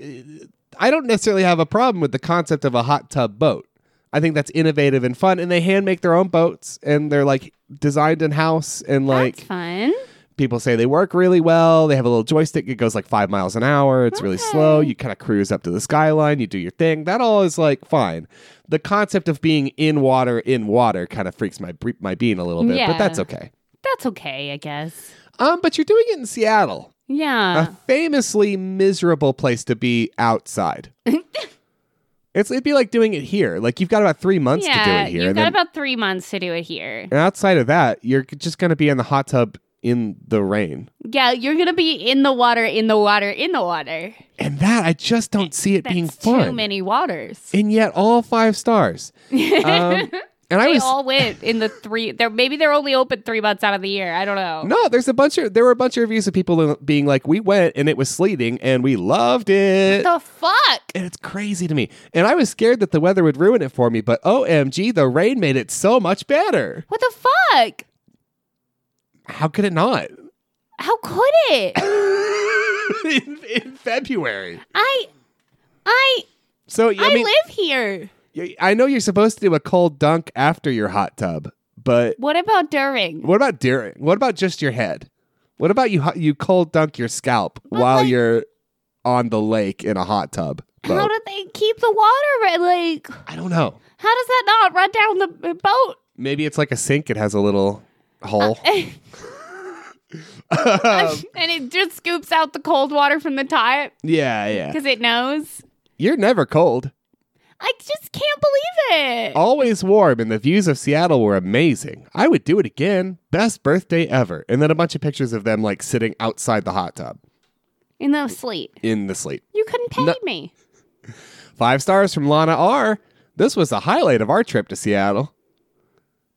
Speaker 1: I don't necessarily have a problem with the concept of a hot tub boat. I think that's innovative and fun, and they hand make their own boats, and they're like designed in house, and like
Speaker 2: That's fun.
Speaker 1: people say they work really well. They have a little joystick; it goes like five miles an hour. It's really
Speaker 2: Okay.
Speaker 1: slow. You kind of cruise up to the skyline. You do your thing. That all is like fine. The concept of being in water, in water, kind of freaks my bre- my bean a little bit, but
Speaker 2: Yeah.
Speaker 1: that's okay.
Speaker 2: That's okay, I guess.
Speaker 1: Um, but you're doing it in Seattle
Speaker 2: Yeah.
Speaker 1: a famously miserable place to be
Speaker 2: [laughs]
Speaker 1: outside. it's it'd be like doing it here. Like you've got about three months to do
Speaker 2: yeah.
Speaker 1: it here,
Speaker 2: You've
Speaker 1: and
Speaker 2: got
Speaker 1: then
Speaker 2: about three months to do it here.
Speaker 1: and outside of that, you're just gonna be in the hot tub in the rain,
Speaker 2: Yeah, you're gonna be in the water, in the water, in the water.
Speaker 1: and that I just don't see it
Speaker 2: That's
Speaker 1: being fun.
Speaker 2: too many waters.
Speaker 1: And yet, all five stars.
Speaker 2: [laughs]
Speaker 1: Um, and I
Speaker 2: They
Speaker 1: was
Speaker 2: all went in the three. They're maybe they're only open three months out of the year. I don't know.
Speaker 1: no. There's a bunch of there were a bunch of reviews of people being like, "We went and it was sleeting and we loved it."
Speaker 2: The fuck.
Speaker 1: and it's crazy to me. And I was scared that the weather would ruin it for me, but OMG, the rain made it so much better.
Speaker 2: What the fuck?
Speaker 1: How could it
Speaker 2: [laughs]
Speaker 1: not?
Speaker 2: How could it?
Speaker 1: in, in February.
Speaker 2: I, I,
Speaker 1: So I,
Speaker 2: I
Speaker 1: mean,
Speaker 2: live here.
Speaker 1: y- I know you're supposed to do a cold dunk after your hot tub, but
Speaker 2: What about during?
Speaker 1: what about during? What about just your head? What about you? hot- You cold dunk your scalp while
Speaker 2: like-
Speaker 1: you're on the lake in a hot tub.
Speaker 2: How
Speaker 1: boat?
Speaker 2: do they keep the water? re- Like,
Speaker 1: I don't know.
Speaker 2: how does that not run down the uh, boat?
Speaker 1: Maybe it's like a sink. It has a little
Speaker 2: [laughs]
Speaker 1: hole. Um,
Speaker 2: and it just scoops out the cold water from the top
Speaker 1: [laughs] yeah, yeah.
Speaker 2: because it knows.
Speaker 1: You're never cold.
Speaker 2: I just can't believe
Speaker 1: Oh.
Speaker 2: it.
Speaker 1: Always warm, and the views of Seattle were amazing. I would do it again. Best birthday ever. And then a bunch of pictures of them like sitting outside the hot tub
Speaker 2: In the sleet.
Speaker 1: in the sleet.
Speaker 2: You couldn't pay
Speaker 1: No.
Speaker 2: me.
Speaker 1: Five stars from Lana R. This was the highlight of our trip to Seattle.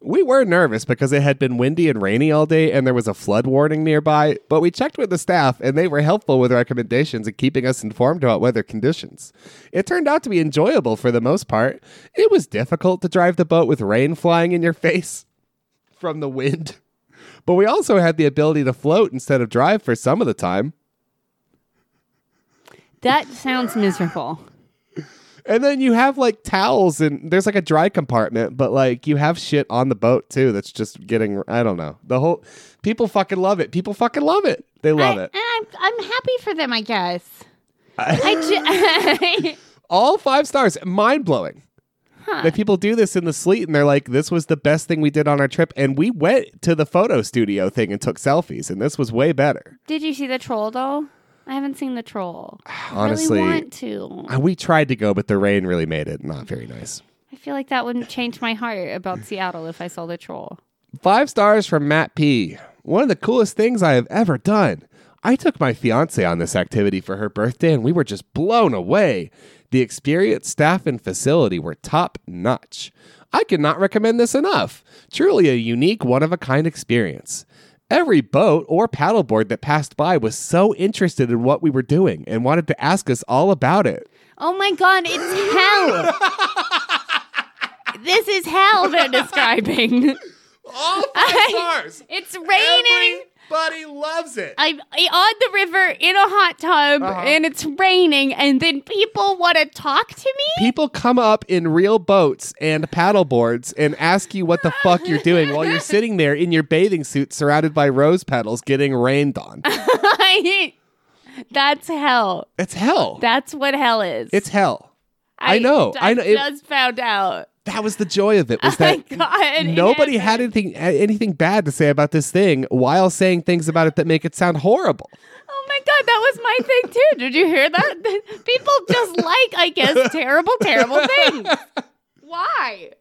Speaker 1: We were nervous because it had been windy and rainy all day and there was a flood warning nearby, but we checked with the staff and they were helpful with recommendations and keeping us informed about weather conditions. It turned out to be enjoyable for the most part. It was difficult to drive the boat with rain flying in your [laughs] face from the wind, but we also had the ability to float instead of drive for some of the time.
Speaker 2: That sounds miserable.
Speaker 1: And then you have like towels and there's like a dry compartment, but like you have shit on the boat too that's just getting I don't know. The whole people fucking love it. People fucking love it. They love
Speaker 2: I,
Speaker 1: it.
Speaker 2: And I'm, I'm happy for them, I guess. I,
Speaker 1: [laughs]
Speaker 2: ju- [laughs]
Speaker 1: All five stars. Mind blowing. That people do this in the sleet and they're like, this was the best thing we did on our trip. And we went to the photo studio thing and took selfies, and this was way better.
Speaker 2: Did you see the troll, though? I haven't seen the troll. I
Speaker 1: Honestly,
Speaker 2: really want to.
Speaker 1: we tried to go, but the rain really made it not very nice.
Speaker 2: I feel like that wouldn't change my heart about Seattle if I saw the troll.
Speaker 1: Five stars from Matt P. One of the coolest things I have ever done. I took my fiance on this activity for her birthday and we were just blown away. The experience, staff, and facility were top notch. I could not recommend this enough. Truly a unique, one of a kind experience. Every boat or paddleboard that passed by was so interested in what we were doing and wanted to ask us all about it.
Speaker 2: Oh my god, it's hell! this is hell they're describing.
Speaker 1: All
Speaker 2: I- It's raining.
Speaker 1: Everybody loves it.
Speaker 2: I'm on the river in a hot tub
Speaker 1: Uh-huh.
Speaker 2: and it's raining, and then people want to talk to me.
Speaker 1: people come up in real boats and paddle boards and ask you what the fuck you're doing while you're sitting there in your bathing suit surrounded by rose petals getting rained on.
Speaker 2: [laughs] That's hell.
Speaker 1: It's hell.
Speaker 2: That's what hell is.
Speaker 1: It's hell. I know, I know, it-
Speaker 2: just found out.
Speaker 1: That was the joy of it was
Speaker 2: My
Speaker 1: that
Speaker 2: God,
Speaker 1: nobody
Speaker 2: it
Speaker 1: had anything anything bad to say about this thing while saying things about it that make it sound horrible.
Speaker 2: Oh my god, that was my thing too. Did you hear that? [laughs] People just like, I guess, terrible, terrible things. Why?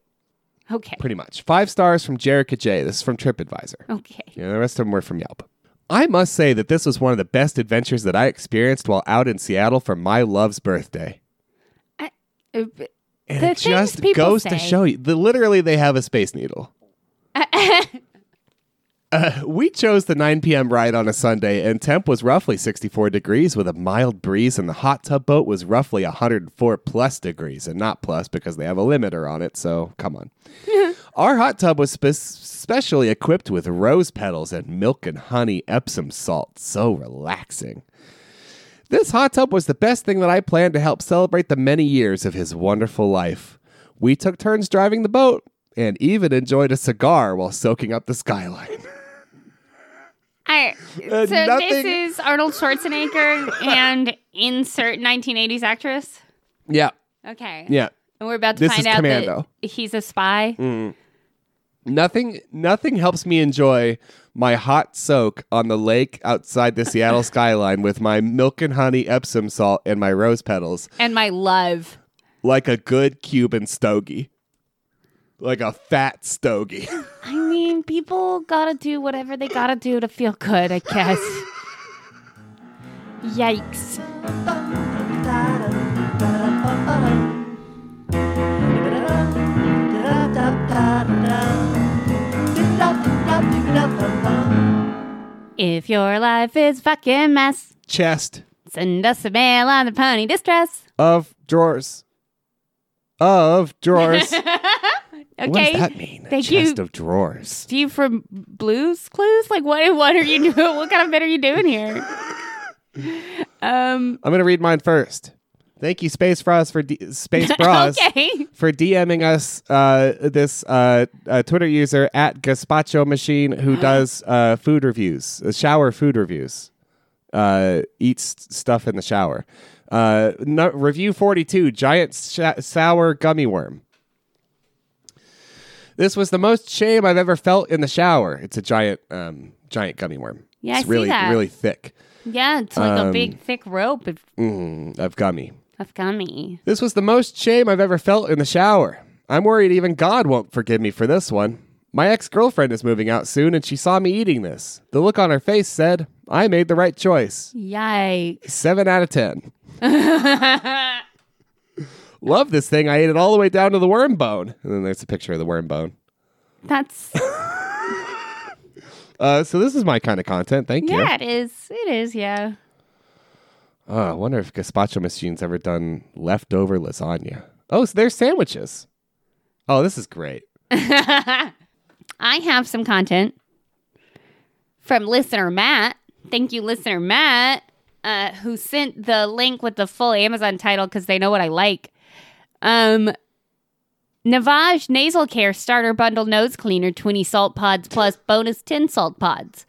Speaker 2: Okay.
Speaker 1: Pretty much. 5 stars from Jerica J. This is from TripAdvisor.
Speaker 2: Oh. Okay.
Speaker 1: Yeah, the rest of them were from Yelp. I must say that this was one of the best adventures that I experienced while out in Seattle for my love's birthday.
Speaker 2: Uh,
Speaker 1: And
Speaker 2: The
Speaker 1: it
Speaker 2: things
Speaker 1: just
Speaker 2: people
Speaker 1: goes to
Speaker 2: say. [laughs]
Speaker 1: show you. The, literally, they have a space needle. Uh, we chose the 9 p.m. ride on a Sunday, and temp was roughly 64 degrees with a mild breeze, and the hot tub boat was roughly 104 plus degrees, and not plus because they have a limiter on it, so come
Speaker 2: [laughs]
Speaker 1: on. Our hot tub was spe- specially equipped with rose petals and milk and honey Epsom salt. So relaxing. This hot tub was the best thing that I planned to help celebrate the many years of his wonderful life. We took turns driving the boat and even enjoyed a cigar while soaking up the skyline. [laughs]
Speaker 2: I, so
Speaker 1: Uh, nothing-
Speaker 2: this is Arnold Schwarzenegger and insert 1980s actress.
Speaker 1: yeah,
Speaker 2: Okay.
Speaker 1: yeah.
Speaker 2: And we're about to
Speaker 1: This
Speaker 2: find
Speaker 1: is
Speaker 2: out
Speaker 1: Commando. Mm.
Speaker 2: that he's a spy.
Speaker 1: Nothing nothing helps me enjoy my hot soak on the lake outside the Seattle skyline with my milk and honey Epsom salt and my rose petals
Speaker 2: And my love.
Speaker 1: like a good Cuban stogie. Like a fat stogie. [laughs]
Speaker 2: I mean, people gotta do whatever they gotta do to feel good,
Speaker 1: [laughs]
Speaker 2: I guess. Yikes. If your life is fucking mess,
Speaker 1: Chest
Speaker 2: send us a mail on the pony distress.
Speaker 1: of drawers. Of drawers.
Speaker 2: Okay.
Speaker 1: What does that mean?
Speaker 2: Thank
Speaker 1: Chest
Speaker 2: you.
Speaker 1: of drawers.
Speaker 2: Do you from Blues Clues? Like what? What are you [laughs] doing? What kind of bit are you doing here?
Speaker 1: [laughs]
Speaker 2: Um.
Speaker 1: I'm gonna read mine first. Thank you, Space Bros, for D-
Speaker 2: [laughs]
Speaker 1: Space Bros
Speaker 2: Okay.
Speaker 1: for DMing us uh, this uh, uh, Twitter user at Gaspacho Machine
Speaker 2: [gasps]
Speaker 1: who does uh, food reviews, uh, shower food reviews, uh, eats stuff in the shower. Uh, no, review 42 Giant sha Sour Gummy Worm. This was the most shame I've ever felt in the shower. It's a giant, um, giant gummy worm.
Speaker 2: Yeah, I
Speaker 1: it's
Speaker 2: see
Speaker 1: really,
Speaker 2: that.
Speaker 1: really thick
Speaker 2: Yeah, it's like a
Speaker 1: Um,
Speaker 2: big thick rope of,
Speaker 1: mm, of gummy.
Speaker 2: of gummy.
Speaker 1: This was the most shame I've ever felt in the shower. I'm worried even God won't forgive me for this one. My ex girlfriend is moving out soon and she saw me eating this. The look on her face said, I made the right choice.
Speaker 2: Yikes.
Speaker 1: Seven out of
Speaker 2: [laughs]
Speaker 1: ten. Love this thing. I ate it all the way down to the worm bone. And then there's a picture of the worm bone.
Speaker 2: That's
Speaker 1: Uh, so this is my kind of content. Thank you.
Speaker 2: yeah. It is. It is. Yeah.
Speaker 1: Oh, I wonder if gazpacho machine's ever done leftover lasagna. Oh, so there's sandwiches. Oh, this is great.
Speaker 2: I have some content from listener Matt. Thank you, listener Matt, uh, who sent the link with the full Amazon title because they know what I like. Um, Navage Nasal Care Starter Bundle Nose Cleaner, 20 salt pods plus bonus 10 salt pods.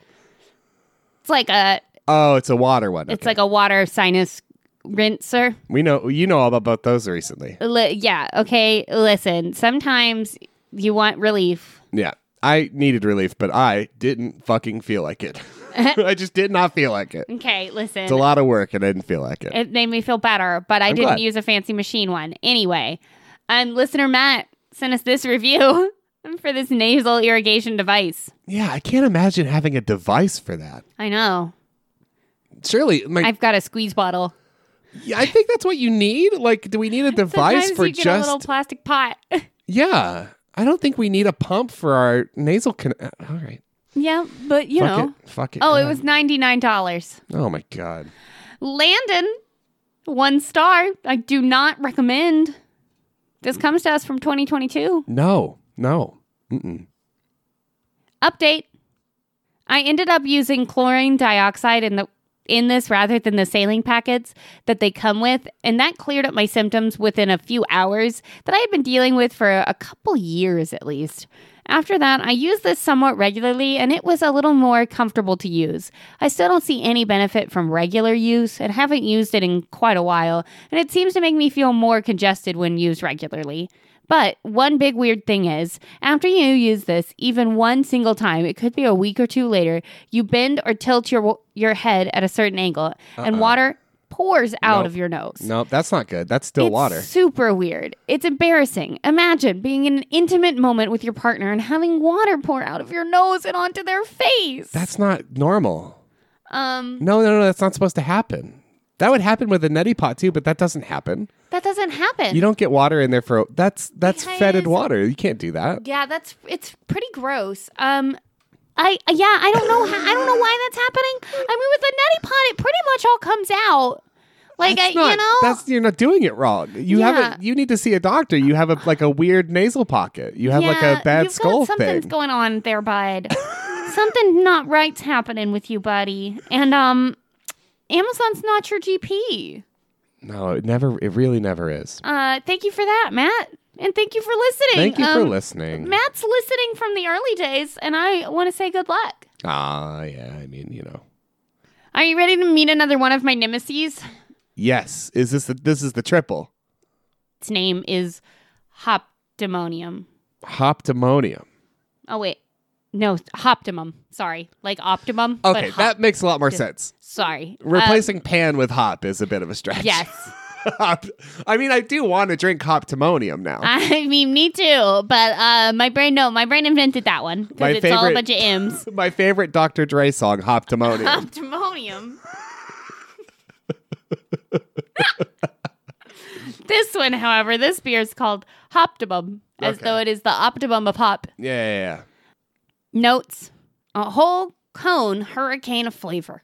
Speaker 2: It's like a
Speaker 1: Oh, it's a water one.
Speaker 2: it's like a water sinus rinser.
Speaker 1: We know you know all about those recently.
Speaker 2: Li- yeah, okay, listen. Sometimes you want relief.
Speaker 1: Yeah. I needed relief, but I didn't fucking feel like it. [laughs] I just did not feel like it.
Speaker 2: Okay, listen.
Speaker 1: It's a lot of work and I didn't feel like it.
Speaker 2: It made me feel better, but I didn't
Speaker 1: glad.
Speaker 2: use a fancy machine one. Anyway, um, listener Matt sent us this [laughs] review for this nasal irrigation device.
Speaker 1: Yeah, I can't imagine having a device for that.
Speaker 2: I know.
Speaker 1: Surely like
Speaker 2: I've got a squeeze bottle.
Speaker 1: yeah, I think that's what you need. Like do we need a device
Speaker 2: [laughs] Sometimes
Speaker 1: for
Speaker 2: you get a
Speaker 1: just
Speaker 2: little plastic pot. [laughs]
Speaker 1: Yeah. I don't think we need a pump for our nasal con- uh, All right.
Speaker 2: yeah, but you
Speaker 1: Fuck
Speaker 2: know.
Speaker 1: it. Fuck it.
Speaker 2: Oh, it
Speaker 1: God.
Speaker 2: was ninety nine dollars.
Speaker 1: Oh my god.
Speaker 2: Landon, one star. I do not recommend. This comes to us from twenty twenty two.
Speaker 1: No. No. Mm-mm.
Speaker 2: Update. I ended up using chlorine dioxide in the in this rather than the saline packets that they come with, and that cleared up my symptoms within a few hours that I had been dealing with for a couple years at least. After that, I used this somewhat regularly and it was a little more comfortable to use. I still don't see any benefit from regular use and haven't used it in quite a while, and it seems to make me feel more congested when used regularly. But one big weird thing is, after you use this even one single time, it could be a week or two later, you bend or tilt your your head at a certain angle and water pours out
Speaker 1: Uh-uh. Nope.
Speaker 2: of your nose.
Speaker 1: No, that's not good. That's still
Speaker 2: It's
Speaker 1: water.
Speaker 2: Super weird. It's embarrassing. Imagine being in an intimate moment with your partner and having water pour out of your nose and onto their face.
Speaker 1: That's not normal.
Speaker 2: um
Speaker 1: No, no, no, that's not supposed to happen. That would happen with a neti pot too, but that doesn't happen.
Speaker 2: that doesn't happen.
Speaker 1: You don't get water in there for that's that's
Speaker 2: Because-
Speaker 1: fetid water. You can't do that.
Speaker 2: Yeah, that's it's pretty gross. Um I yeah, I don't know how, I don't know why that's happening. I mean, with the neti pot, it pretty much all comes out. Like I,
Speaker 1: It's not-
Speaker 2: you know,
Speaker 1: that's you're not doing it wrong. You
Speaker 2: Yeah.
Speaker 1: haven't. You need to see a doctor. You have a like a weird nasal pocket. You have like a bad
Speaker 2: you've
Speaker 1: skull
Speaker 2: got, something's
Speaker 1: thing.
Speaker 2: going on
Speaker 1: [laughs]
Speaker 2: there, bud. Something not right's happening with you, buddy. And um, Amazon's not your GP.
Speaker 1: no, it never. It really never is.
Speaker 2: Uh, thank you for that, Matt, and thank you for listening.
Speaker 1: Thank you for
Speaker 2: Um,
Speaker 1: listening.
Speaker 2: Matt's listening from the early days, and I want to say good luck.
Speaker 1: Ah, yeah. I mean, you know.
Speaker 2: Are you ready to meet another one of my nemesis?
Speaker 1: Yes. Is this the, this is the triple
Speaker 2: Its name is Hopdemonium.
Speaker 1: hoptimonium?
Speaker 2: Oh wait, no, Hoptimum. Sorry, like optimum. but
Speaker 1: Okay,
Speaker 2: hop-
Speaker 1: that makes a lot more sense.
Speaker 2: Sorry.
Speaker 1: Replacing pan with hop is a bit of a
Speaker 2: Um,
Speaker 1: stretch.
Speaker 2: yes. [laughs]
Speaker 1: Hop- I mean, I do want to drink hoptimonium now.
Speaker 2: I mean, me too. But uh, my brain, no, my brain invented that one
Speaker 1: My
Speaker 2: because it's all a
Speaker 1: favorite-
Speaker 2: bunch of
Speaker 1: [laughs]
Speaker 2: M's.
Speaker 1: My favorite Dr. Dre song,
Speaker 2: [laughs]
Speaker 1: Hoptimonium.
Speaker 2: Optimonium. this one, however, this beer is called Hoptimum, as
Speaker 1: Okay.
Speaker 2: though it is the optimum of hop.
Speaker 1: yeah, yeah, yeah.
Speaker 2: Notes a whole cone hurricane of flavor.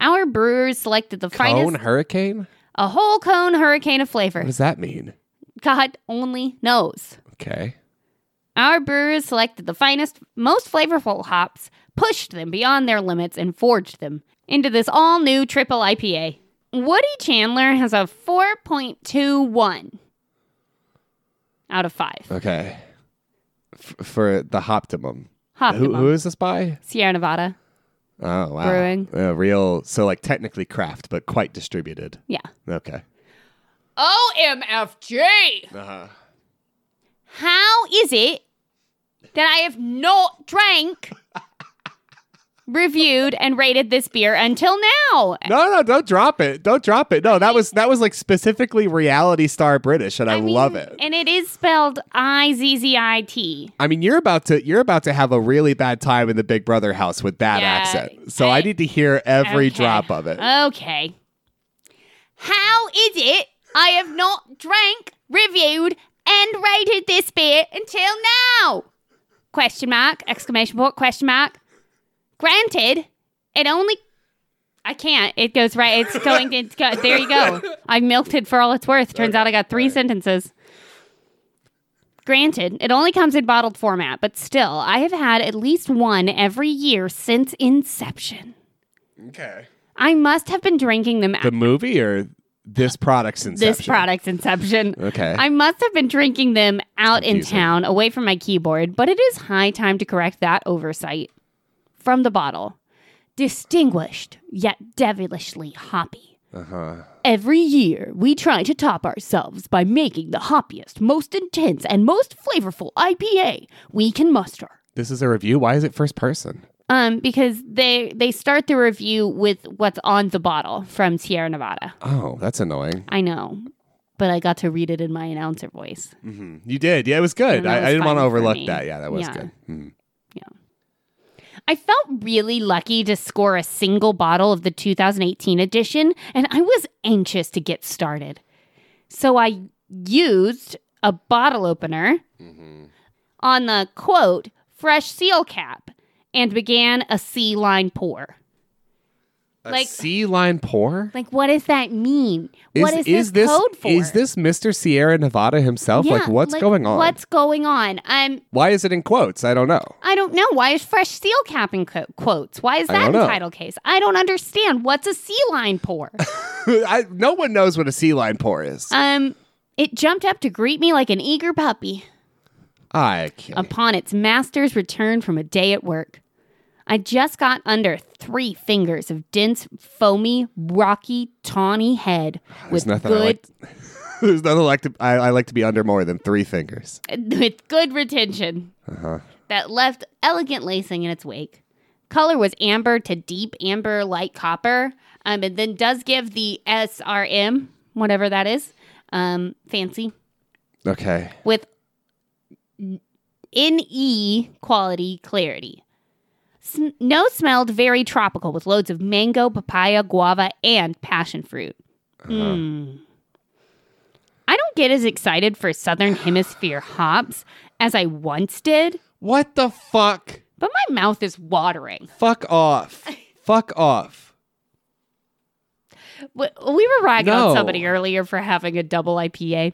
Speaker 2: Our brewers selected the
Speaker 1: Cone
Speaker 2: finest,
Speaker 1: Hurricane?
Speaker 2: a whole cone hurricane of
Speaker 1: What
Speaker 2: flavor.
Speaker 1: does that mean?
Speaker 2: God only knows.
Speaker 1: Okay.
Speaker 2: Our brewers selected the finest, most flavorful hops, pushed them beyond their limits, and forged them into this all new triple IPA. Woody Chandler has a 4.21 out of 5.
Speaker 1: Okay. F- for the Hoptimum.
Speaker 2: Hop
Speaker 1: Who, who is this by?
Speaker 2: Sierra Nevada.
Speaker 1: Oh, wow.
Speaker 2: Brewing.
Speaker 1: A real, so like technically craft, but quite distributed.
Speaker 2: Yeah.
Speaker 1: Okay.
Speaker 2: OMFG!
Speaker 1: Uh-huh.
Speaker 2: How is it that I have
Speaker 1: [laughs]
Speaker 2: not drank, reviewed, and rated this beer until now?
Speaker 1: No, no, don't drop it. Don't drop it. No, that was that was like specifically reality star British, and I,
Speaker 2: mean,
Speaker 1: love it.
Speaker 2: And it is spelled I Z Z I T.
Speaker 1: I mean, you're about to you're about to have a really bad time in the Big Brother house with that
Speaker 2: Yeah.
Speaker 1: accent. So I, need to hear every
Speaker 2: Okay. Uh,
Speaker 1: drop of it.
Speaker 2: Okay. How is it I have not drank, reviewed, and rated this beer until now? Question mark, exclamation point, question mark. Granted, it only. I can't. It goes right.
Speaker 1: [laughs]
Speaker 2: It's going. It's go, there you go. I milked it for all it's worth. Turns out I got three sentences. Granted, it only comes in bottled format, but still, I have had at least one every year since inception.
Speaker 1: Okay.
Speaker 2: I must have been drinking them
Speaker 1: The
Speaker 2: at
Speaker 1: movie or this product's inception.
Speaker 2: this product's inception.
Speaker 1: Okay.
Speaker 2: I must have been drinking them out in
Speaker 1: Confusing.
Speaker 2: town away from my keyboard, but it is high time to correct that oversight. From the bottle, distinguished yet devilishly hoppy.
Speaker 1: uh huh.
Speaker 2: Every year, we try to top ourselves by making the hoppiest, most intense, and most flavorful IPA we can muster.
Speaker 1: This is a review. Why is it first person?
Speaker 2: Um, because they they start the review with what's on the bottle from Sierra Nevada.
Speaker 1: Oh, that's annoying.
Speaker 2: I know, but I got to read it in my announcer voice.
Speaker 1: You did. Yeah, it was
Speaker 2: And
Speaker 1: good.
Speaker 2: that
Speaker 1: I,
Speaker 2: was
Speaker 1: I didn't want to
Speaker 2: fine for
Speaker 1: overlook
Speaker 2: me.
Speaker 1: that. Yeah, that was
Speaker 2: Yeah.
Speaker 1: good. Mm.
Speaker 2: I felt really lucky to score a single bottle of the 2018 edition, and I was anxious to get started. So I used a bottle opener
Speaker 1: Mm-hmm.
Speaker 2: on the quote, fresh seal cap, and began a sea line pour.
Speaker 1: A
Speaker 2: Like-
Speaker 1: sea line pour.
Speaker 2: Like, what does that mean? what is, this, code for?
Speaker 1: is this Mr. Sierra Nevada himself? like,
Speaker 2: Yeah,
Speaker 1: what's going on?
Speaker 2: What's going on? Um,
Speaker 1: Why is it in quotes? I don't know. [laughs]
Speaker 2: I don't know. Why is fresh seal cap in co- quotes? Why is
Speaker 1: I
Speaker 2: that in
Speaker 1: don't know.
Speaker 2: title case? I don't understand. What's a sea
Speaker 1: [laughs]
Speaker 2: line pour?
Speaker 1: I, no one knows what a sea line pour is.
Speaker 2: um, it jumped up to greet me like an eager puppy
Speaker 1: I can't.
Speaker 2: upon its master's return from a day at work. I just got under three fingers of dense, foamy, rocky, tawny head with
Speaker 1: nothing I
Speaker 2: good
Speaker 1: There's nothing like to. I, I like to be under more than three fingers.
Speaker 2: [laughs] with good retention that left elegant lacing in its wake. Color was amber to deep amber, light copper, um, and then does give the SRM, whatever that is, um, fancy
Speaker 1: Okay.
Speaker 2: with NE quality clarity. Sm- no smelled very tropical with loads of mango, papaya, guava, and passion fruit.
Speaker 1: Uh-huh.
Speaker 2: Mm. I don't get
Speaker 1: [sighs]
Speaker 2: as excited for Southern Hemisphere hops as I once did.
Speaker 1: What the fuck?
Speaker 2: But my mouth is watering.
Speaker 1: Fuck off. Fuck off.
Speaker 2: We, we were ragging
Speaker 1: No.
Speaker 2: on somebody earlier for having a double IPA.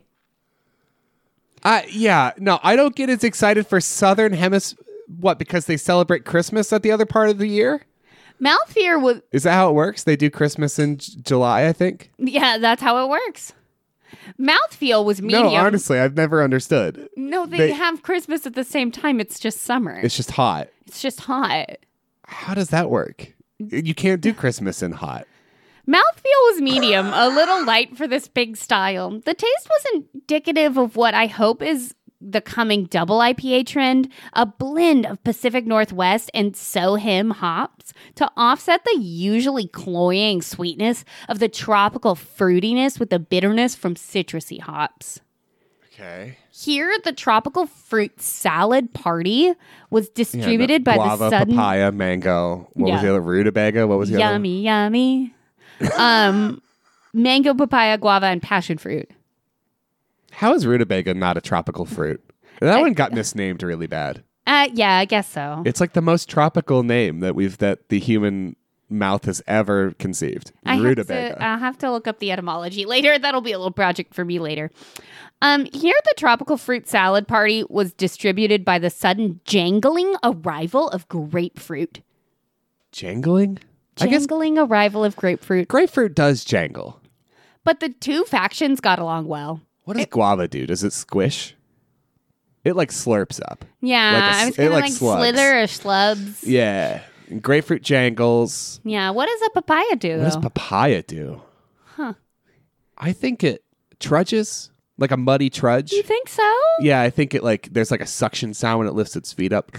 Speaker 1: I yeah, no, I don't get as excited for Southern Hemis what because they celebrate Christmas at the other part of the year?
Speaker 2: Malfear was
Speaker 1: Is that how it works? They do Christmas in J- July, I think.
Speaker 2: yeah, that's how it works. Mouthfeel was medium.
Speaker 1: No, honestly, I've never understood.
Speaker 2: No, they,
Speaker 1: they-
Speaker 2: have Christmas at the same time. It's just summer. It's,
Speaker 1: It's just hot.
Speaker 2: just hot.
Speaker 1: How does that work? You can't do Christmas in hot.
Speaker 2: Mouthfeel was medium, a little light for this big style. The taste was indicative of what I hope is the coming double IPA trend, a blend of Pacific Northwest and Sohim hops to offset the usually cloying sweetness of the tropical fruitiness with the bitterness from citrusy hops.
Speaker 1: Okay.
Speaker 2: Here, the tropical fruit salad party was distributed by
Speaker 1: guava,
Speaker 2: the sudden
Speaker 1: papaya, mango. What was
Speaker 2: Yeah.
Speaker 1: the other? Rutabaga. What was the other?
Speaker 2: yummy, yummy. um, mango, papaya, guava, and passion fruit.
Speaker 1: How is rutabaga not a tropical fruit? That one got misnamed really bad.
Speaker 2: Uh, yeah, I guess so.
Speaker 1: It's like the most tropical name that we've that the human mouth has ever conceived.
Speaker 2: I have
Speaker 1: rutabaga.
Speaker 2: to, uh, I'll have to look up the etymology later. That'll be a little project for me later. Um, here, the tropical fruit salad party was distributed by the sudden jangling arrival of grapefruit.
Speaker 1: Jangling? I guess
Speaker 2: Jangling arrival of grapefruit.
Speaker 1: grapefruit does jangle.
Speaker 2: But the two factions got along well.
Speaker 1: What does guava do? Does it squish? It like slurps up.
Speaker 2: Yeah,
Speaker 1: Like a s-
Speaker 2: I was
Speaker 1: it
Speaker 2: gonna
Speaker 1: like
Speaker 2: like,
Speaker 1: slugs.
Speaker 2: slither or slubs.
Speaker 1: Yeah. And grapefruit jangles.
Speaker 2: Yeah, what does a papaya do?
Speaker 1: What does
Speaker 2: though?
Speaker 1: papaya do?
Speaker 2: Huh.
Speaker 1: I think it trudges, like a muddy trudge.
Speaker 2: you think so?
Speaker 1: Yeah, I think it like there's like a suction sound when it lifts its feet up.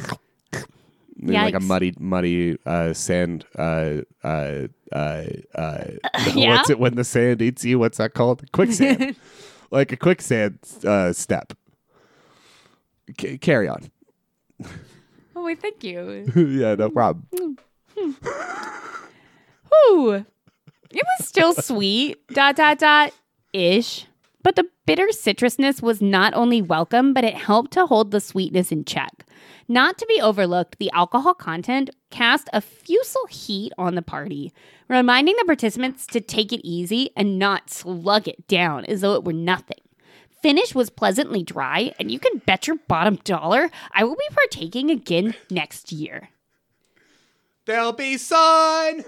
Speaker 1: And like a
Speaker 2: Yikes.
Speaker 1: muddy, muddy uh, sand. Uh, uh, uh, uh,
Speaker 2: [laughs]
Speaker 1: [laughs]
Speaker 2: Yeah?
Speaker 1: What's it when the sand eats you? What's that called?
Speaker 2: [laughs]
Speaker 1: Quicksand. like a quicksand uh, step. C- carry on. [laughs]
Speaker 2: Oh, we thank you.
Speaker 1: yeah, no problem.
Speaker 2: Whew. It was still sweet, dot, dot, dot, ish. But the bitter citrusness was not only welcome, but it helped to hold the sweetness in check. Not to be overlooked, the alcohol content cast a fusel heat on the party, reminding the participants to take it easy and not slug it down as though it were nothing. Finish was pleasantly dry, and you can bet your bottom dollar I will be partaking again next year.
Speaker 1: There'll be sun.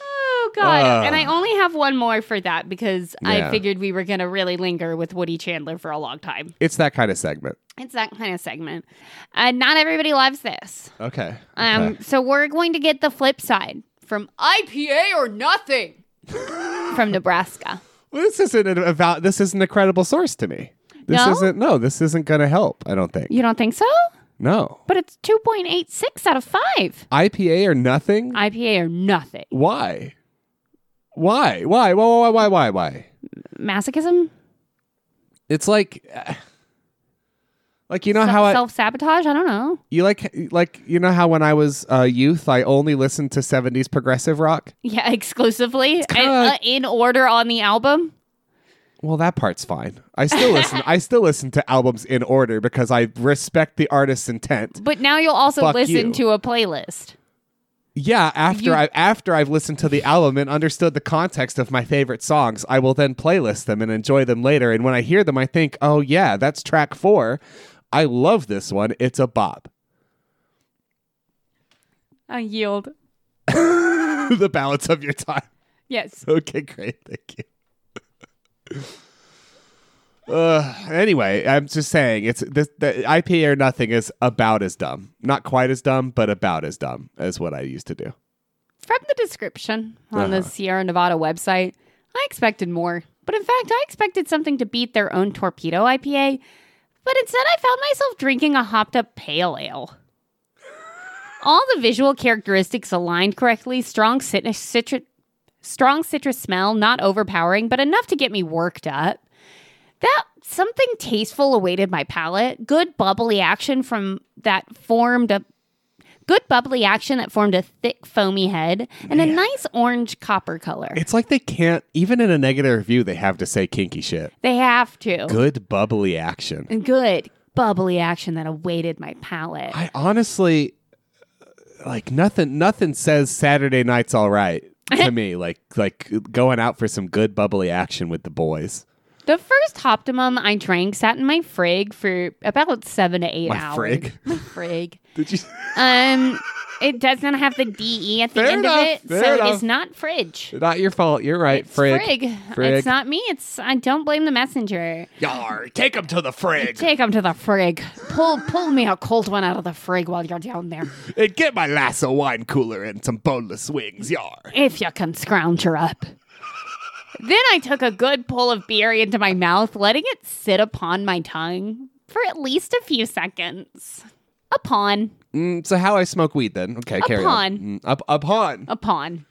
Speaker 2: Oh god!
Speaker 1: Ugh.
Speaker 2: and I only have one more for that because
Speaker 1: Um, Yeah.
Speaker 2: I figured we were gonna really linger with Woody Chandler for a long time.
Speaker 1: It's that kind of segment.
Speaker 2: It's that kind of segment. Uh, not everybody loves this.
Speaker 1: Okay.
Speaker 2: Um,
Speaker 1: okay.
Speaker 2: so we're going to get the flip side from IPA
Speaker 1: [laughs]
Speaker 2: or nothing from Nebraska.
Speaker 1: Well, this isn't an, about. This isn't a credible source to me. This
Speaker 2: No?
Speaker 1: isn't. No, this isn't going to help. I don't think.
Speaker 2: You don't think so?
Speaker 1: No.
Speaker 2: But it's two point eight six out of five.
Speaker 1: IPA or nothing.
Speaker 2: IPA or nothing.
Speaker 1: Why? Why? Why? Why? Why? Why? Why? Why?
Speaker 2: Masochism.
Speaker 1: It's like, [sighs] uh, like you know Uh, how I,
Speaker 2: Self sabotage. I don't know.
Speaker 1: you like like you know how when I was a uh, youth I only listened to seventies progressive rock.
Speaker 2: Yeah, [laughs] exclusively and,
Speaker 1: kinda-
Speaker 2: uh, in order on the album.
Speaker 1: Well, that part's fine. I still listen. I still listen to albums in order because I respect the artist's intent.
Speaker 2: But now you'll also
Speaker 1: Fuck
Speaker 2: listen
Speaker 1: you.
Speaker 2: to a playlist.
Speaker 1: Yeah, after
Speaker 2: You-
Speaker 1: I after I've listened to the album and understood the context of my favorite songs, I will then playlist them and enjoy them later. And when I hear them, I think, "Oh yeah, that's track four. I love this one. It's a bop."
Speaker 2: I yield.
Speaker 1: [laughs] the balance of your time. [laughs]
Speaker 2: Yes.
Speaker 1: Okay, great. Thank you. Uh, anyway, I'm just saying it's this the IPA or nothing is about as dumb. Not quite as dumb, but about as dumb as what I used to do.
Speaker 2: From the description on the Sierra Nevada website, I expected more. But in fact, I expected something to beat their own torpedo IPA. But instead, I found myself drinking a hopped up pale ale. All the visual characteristics aligned correctly strong citrus, citrus, strong citrus smell, not overpowering, but enough to get me worked up. That something tasteful awaited my palate. Good bubbly action from that formed a good bubbly action that formed a thick foamy head and a nice orange copper color.
Speaker 1: It's like they can't even in a negative review they have to say kinky shit.
Speaker 2: They have to.
Speaker 1: Good bubbly action.
Speaker 2: Good. Good. bubbly action that awaited my palate.
Speaker 1: I honestly like nothing nothing says Saturday night's all right to me like like going out for some good bubbly action with the boys.
Speaker 2: The first Optimum I drank sat in my frig for about seven to eight
Speaker 1: My
Speaker 2: hours.
Speaker 1: frig?
Speaker 2: [laughs] My frig.
Speaker 1: Did you
Speaker 2: Um, it does not have the DE at the
Speaker 1: Fair
Speaker 2: end
Speaker 1: enough,
Speaker 2: of it,
Speaker 1: fair
Speaker 2: so
Speaker 1: enough.
Speaker 2: it is not fridge.
Speaker 1: Not your fault. You're right.
Speaker 2: It's
Speaker 1: Frig.
Speaker 2: frig.
Speaker 1: Frig.
Speaker 2: It's not me. It's I don't blame the messenger.
Speaker 1: Yar, take them to the frig
Speaker 2: Take him to the frig. Pull pull me a cold one out of the frig while you're down there,
Speaker 1: and get my lasso wine cooler and some boneless wings. Yar.
Speaker 2: if you can scrounge her up. Then I took a good pull of beer into my mouth, letting it sit upon my tongue for at least a few seconds. Upon,
Speaker 1: Mm, so how I smoke weed then? Okay, carry on.
Speaker 2: Upon.
Speaker 1: Mm, up upon.
Speaker 2: upon.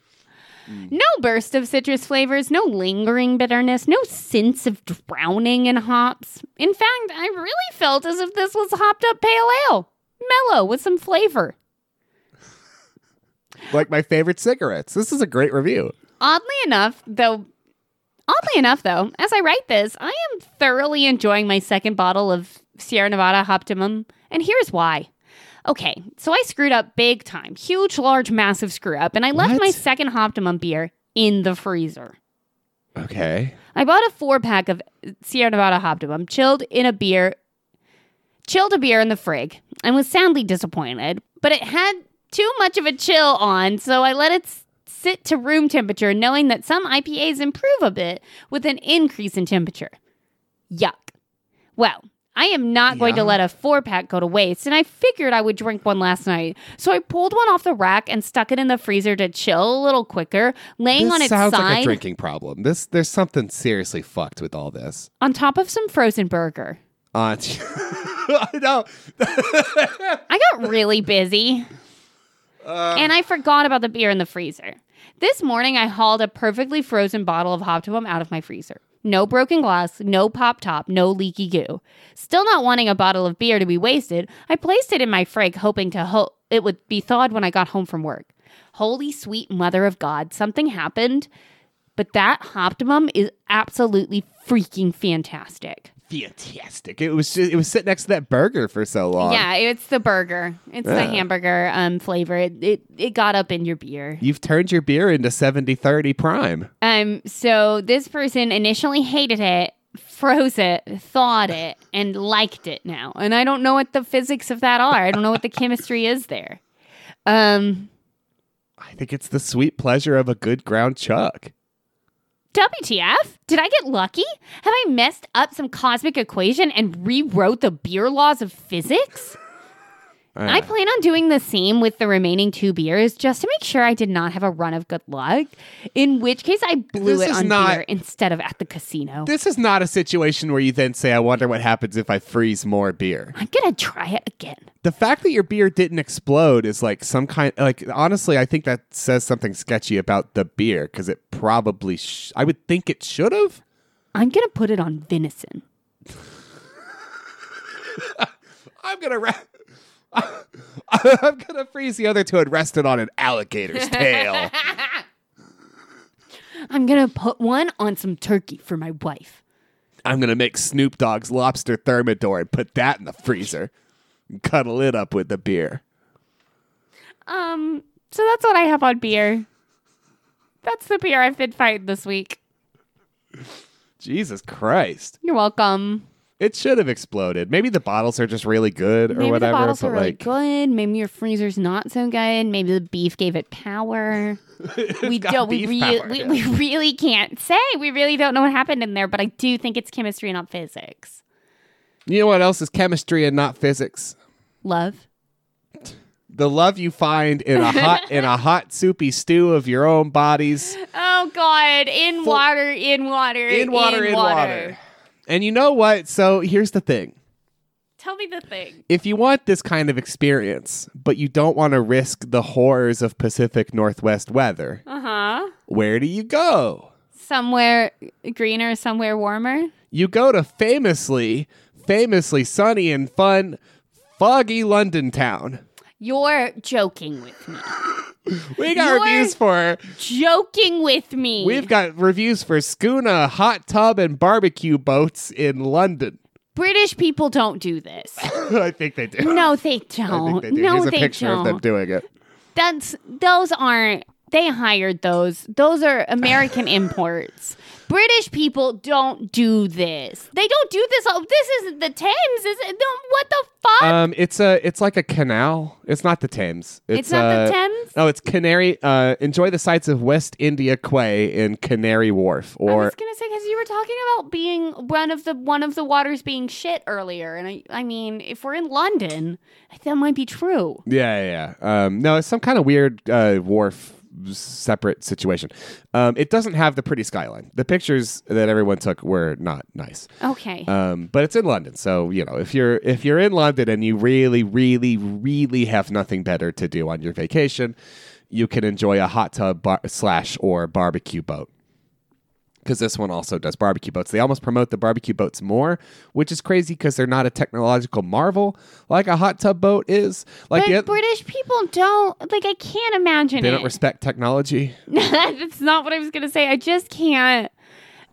Speaker 2: No burst of citrus flavors, no lingering bitterness, no sense of drowning in hops. In fact, I really felt as if this was hopped up pale ale, mellow with some flavor.
Speaker 1: Like my favorite cigarettes. This is a great review.
Speaker 2: Oddly enough, though, oddly enough, though, as I write this, I am thoroughly enjoying my second bottle of Sierra Nevada Optimum, and here's why. Okay, so I screwed up big time, huge, large, massive screw up, and I left
Speaker 1: What?
Speaker 2: my second Optimum beer in the freezer.
Speaker 1: Okay.
Speaker 2: I bought a four pack of Sierra Nevada Optimum, chilled in a beer, chilled a beer in the frig, and was soundly disappointed. But it had too much of a chill on, so I let it s- sit to room temperature, knowing that some IPAs improve a bit with an increase in temperature. Yuck. Well, I am not going to
Speaker 1: Yeah.
Speaker 2: let a four pack go to waste, and I figured I would drink one last night. So I pulled one off the rack and stuck it in the freezer to chill a little quicker, laying
Speaker 1: this
Speaker 2: on its
Speaker 1: sounds like a
Speaker 2: side
Speaker 1: drinking problem. This there's something seriously fucked with all this.
Speaker 2: on top of some frozen burger.
Speaker 1: Uh, [laughs] no.
Speaker 2: I got really busy. and I forgot about the beer in the freezer. This morning, I hauled a perfectly frozen bottle of Hoptimum out of my freezer. No broken glass, no pop top, no leaky goo. Still not wanting a bottle of beer to be wasted, I placed it in my frig, hoping to ho- it would be thawed when I got home from work. Holy sweet mother of God, something happened, but that Hoptimum is absolutely freaking fantastic.
Speaker 1: Fantastic. It was just, it was sitting next to that burger for so long.
Speaker 2: Yeah, it's the burger. It's the hamburger um flavor. It, it it got up in your beer.
Speaker 1: You've turned your beer into 70-30 prime.
Speaker 2: Um so this person initially hated it, froze it, thawed it, and liked it now. And I don't know what the physics of that are. I don't know what the chemistry is there. Um
Speaker 1: I think it's the sweet pleasure of a good ground chuck.
Speaker 2: WTF? Did I get lucky? Have I messed up some cosmic equation and rewrote the beer laws of physics?
Speaker 1: Uh,
Speaker 2: I plan on doing the same with the remaining two beers just to make sure I did not have a run of good luck. In which case, I blew
Speaker 1: This
Speaker 2: it
Speaker 1: is
Speaker 2: on
Speaker 1: not-
Speaker 2: beer instead of at the casino.
Speaker 1: this is not a situation where you then say, I wonder what happens if I freeze more beer.
Speaker 2: I'm gonna try it again.
Speaker 1: The fact that your beer didn't explode is like some kind, like, honestly, I think that says something sketchy about the beer because it probably, sh- I would think it should have.
Speaker 2: I'm gonna put it on venison.
Speaker 1: I'm going to, ra- [laughs] I'm going to freeze the other two and rest it on an alligator's tail.
Speaker 2: I'm gonna put one on some turkey for my wife.
Speaker 1: I'm gonna make Snoop Dogg's lobster thermidor and put that in the freezer and cuddle it up with the beer.
Speaker 2: Um, so that's what I have on beer. That's the beer I've been fighting this week.
Speaker 1: Jesus Christ.
Speaker 2: You're welcome.
Speaker 1: It should have exploded. Maybe the bottles are just really good or
Speaker 2: Maybe
Speaker 1: whatever.
Speaker 2: the bottles
Speaker 1: but
Speaker 2: are really
Speaker 1: like
Speaker 2: good. Maybe your freezer's not so good. Maybe the beef gave
Speaker 1: [laughs]
Speaker 2: it power. we
Speaker 1: got
Speaker 2: don't. We,
Speaker 1: beef
Speaker 2: rea-
Speaker 1: power,
Speaker 2: we,
Speaker 1: yeah.
Speaker 2: we really can't say. We really don't know what happened in there. But I do think it's chemistry, not physics.
Speaker 1: You know what else is chemistry and not physics?
Speaker 2: Love.
Speaker 1: The love you find in a
Speaker 2: [laughs]
Speaker 1: hot in a hot soupy stew of your own bodies.
Speaker 2: Oh God! In
Speaker 1: Full-
Speaker 2: water. In water.
Speaker 1: In water, in water. And you know what? So here's the thing.
Speaker 2: Tell me the thing.
Speaker 1: if you want this kind of experience, but you don't want to risk the horrors of Pacific Northwest weather,
Speaker 2: Uh
Speaker 1: Uh-huh.
Speaker 2: huh.
Speaker 1: where do you go?
Speaker 2: Somewhere greener. Somewhere warmer.
Speaker 1: You go to famously, famously sunny and fun, foggy London town.
Speaker 2: You're joking with me.
Speaker 1: We got
Speaker 2: You're-
Speaker 1: reviews for.
Speaker 2: joking with me.
Speaker 1: We've got reviews for schooner, hot tub, and barbecue boats in London. [laughs]
Speaker 2: British people don't do this.
Speaker 1: I think they do.
Speaker 2: No,
Speaker 1: [laughs]
Speaker 2: they
Speaker 1: I
Speaker 2: don't.
Speaker 1: think they do.
Speaker 2: no,
Speaker 1: Here's a
Speaker 2: they
Speaker 1: picture
Speaker 2: don't.
Speaker 1: of them doing it.
Speaker 2: That's those aren't. They hired those. Those are
Speaker 1: [laughs]
Speaker 2: American imports. British people don't do this. They don't do this. Oh, this isn't the Thames. Is it? No, what the fuck?
Speaker 1: Um, it's a it's like a canal. It's not the Thames. It's,
Speaker 2: not the
Speaker 1: uh,
Speaker 2: Thames?
Speaker 1: No, it's Canary. Uh, enjoy the sights of West India Quay in Canary Wharf,
Speaker 2: I
Speaker 1: or
Speaker 2: was gonna say because you were talking about being one of the one of the waters being shit earlier, and I, I mean, if we're in London, that might be true.
Speaker 1: yeah, yeah, yeah. Um, no, it's some kind of weird uh, wharf separate situation. Um, it doesn't have the pretty skyline. The pictures that everyone took were not nice.
Speaker 2: Okay,
Speaker 1: Um, but it's in London, so you know if you're if you're in London and you really, really, really have nothing better to do on your vacation, you can enjoy a hot tub bar- slash or barbecue boat. Because this one also does barbecue boats. They almost promote the barbecue boats more, which is crazy because they're not a technological marvel like a hot tub boat is. Like
Speaker 2: but
Speaker 1: it,
Speaker 2: British people don't like. I can't imagine
Speaker 1: they
Speaker 2: it.
Speaker 1: don't respect technology.
Speaker 2: [laughs] That's not what I was gonna say. I just can't.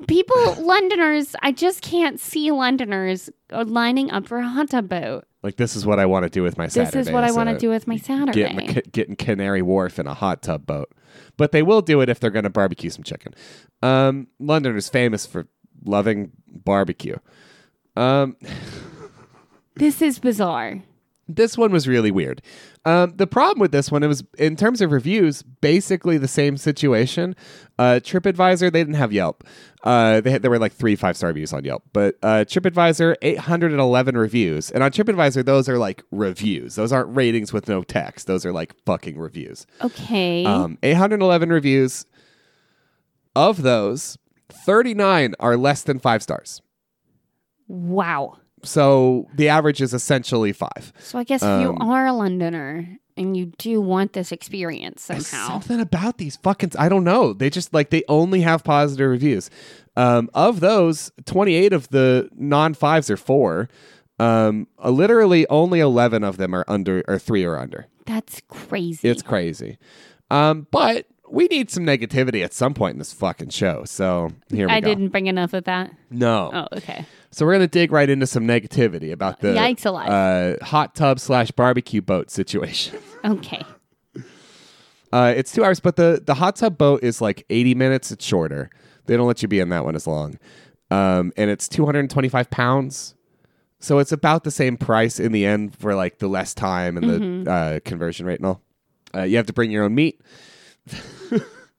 Speaker 2: People, Londoners, I just can't see Londoners uh, lining up for a hot tub boat.
Speaker 1: Like this is what I want to do with my uh,
Speaker 2: This
Speaker 1: Saturday.
Speaker 2: is what I
Speaker 1: so-
Speaker 2: want to do with my Saturday.
Speaker 1: Get in, get in Canary Wharf in a hot tub boat. But they will do it if they're going to barbecue some chicken. Um, London is famous for loving barbecue. Um,
Speaker 2: this is bizarre.
Speaker 1: this one was really weird. Um, the problem with this one, it was in terms of reviews, basically the same situation. Uh, TripAdvisor, they didn't have Yelp. Uh, they had, there were like three five star reviews on Yelp, but uh, TripAdvisor, 811 reviews. And on TripAdvisor, those are like reviews. Those aren't ratings with no text. Those are like fucking reviews.
Speaker 2: Okay.
Speaker 1: Um, 811 reviews. Of those, 39 are less than five stars.
Speaker 2: wow.
Speaker 1: So the average is essentially five.
Speaker 2: So I guess if you
Speaker 1: um,
Speaker 2: are a Londoner and you do want this experience somehow,
Speaker 1: Something about these fucking, I don't know. They just like, they only have positive reviews. Um, of those, 28 of the non fives are four. Um, uh, literally only 11 of them are under, or three or under.
Speaker 2: that's crazy.
Speaker 1: It's crazy. Um, but we need some negativity at some point in this fucking show. So here we
Speaker 2: I
Speaker 1: go.
Speaker 2: didn't bring enough of that.
Speaker 1: No.
Speaker 2: Oh, okay.
Speaker 1: So we're gonna dig right into some negativity about the
Speaker 2: Yikes alive.
Speaker 1: uh, hot tub slash barbecue boat situation.
Speaker 2: Okay.
Speaker 1: Uh, it's two hours, but the the hot tub boat is like eighty minutes. It's shorter. They don't let you be in that one as long, um, and it's two hundred and twenty five pounds. So it's about the same price in the end for like the less time and the uh, conversion rate and all. Uh, you have to bring your own meat. [laughs]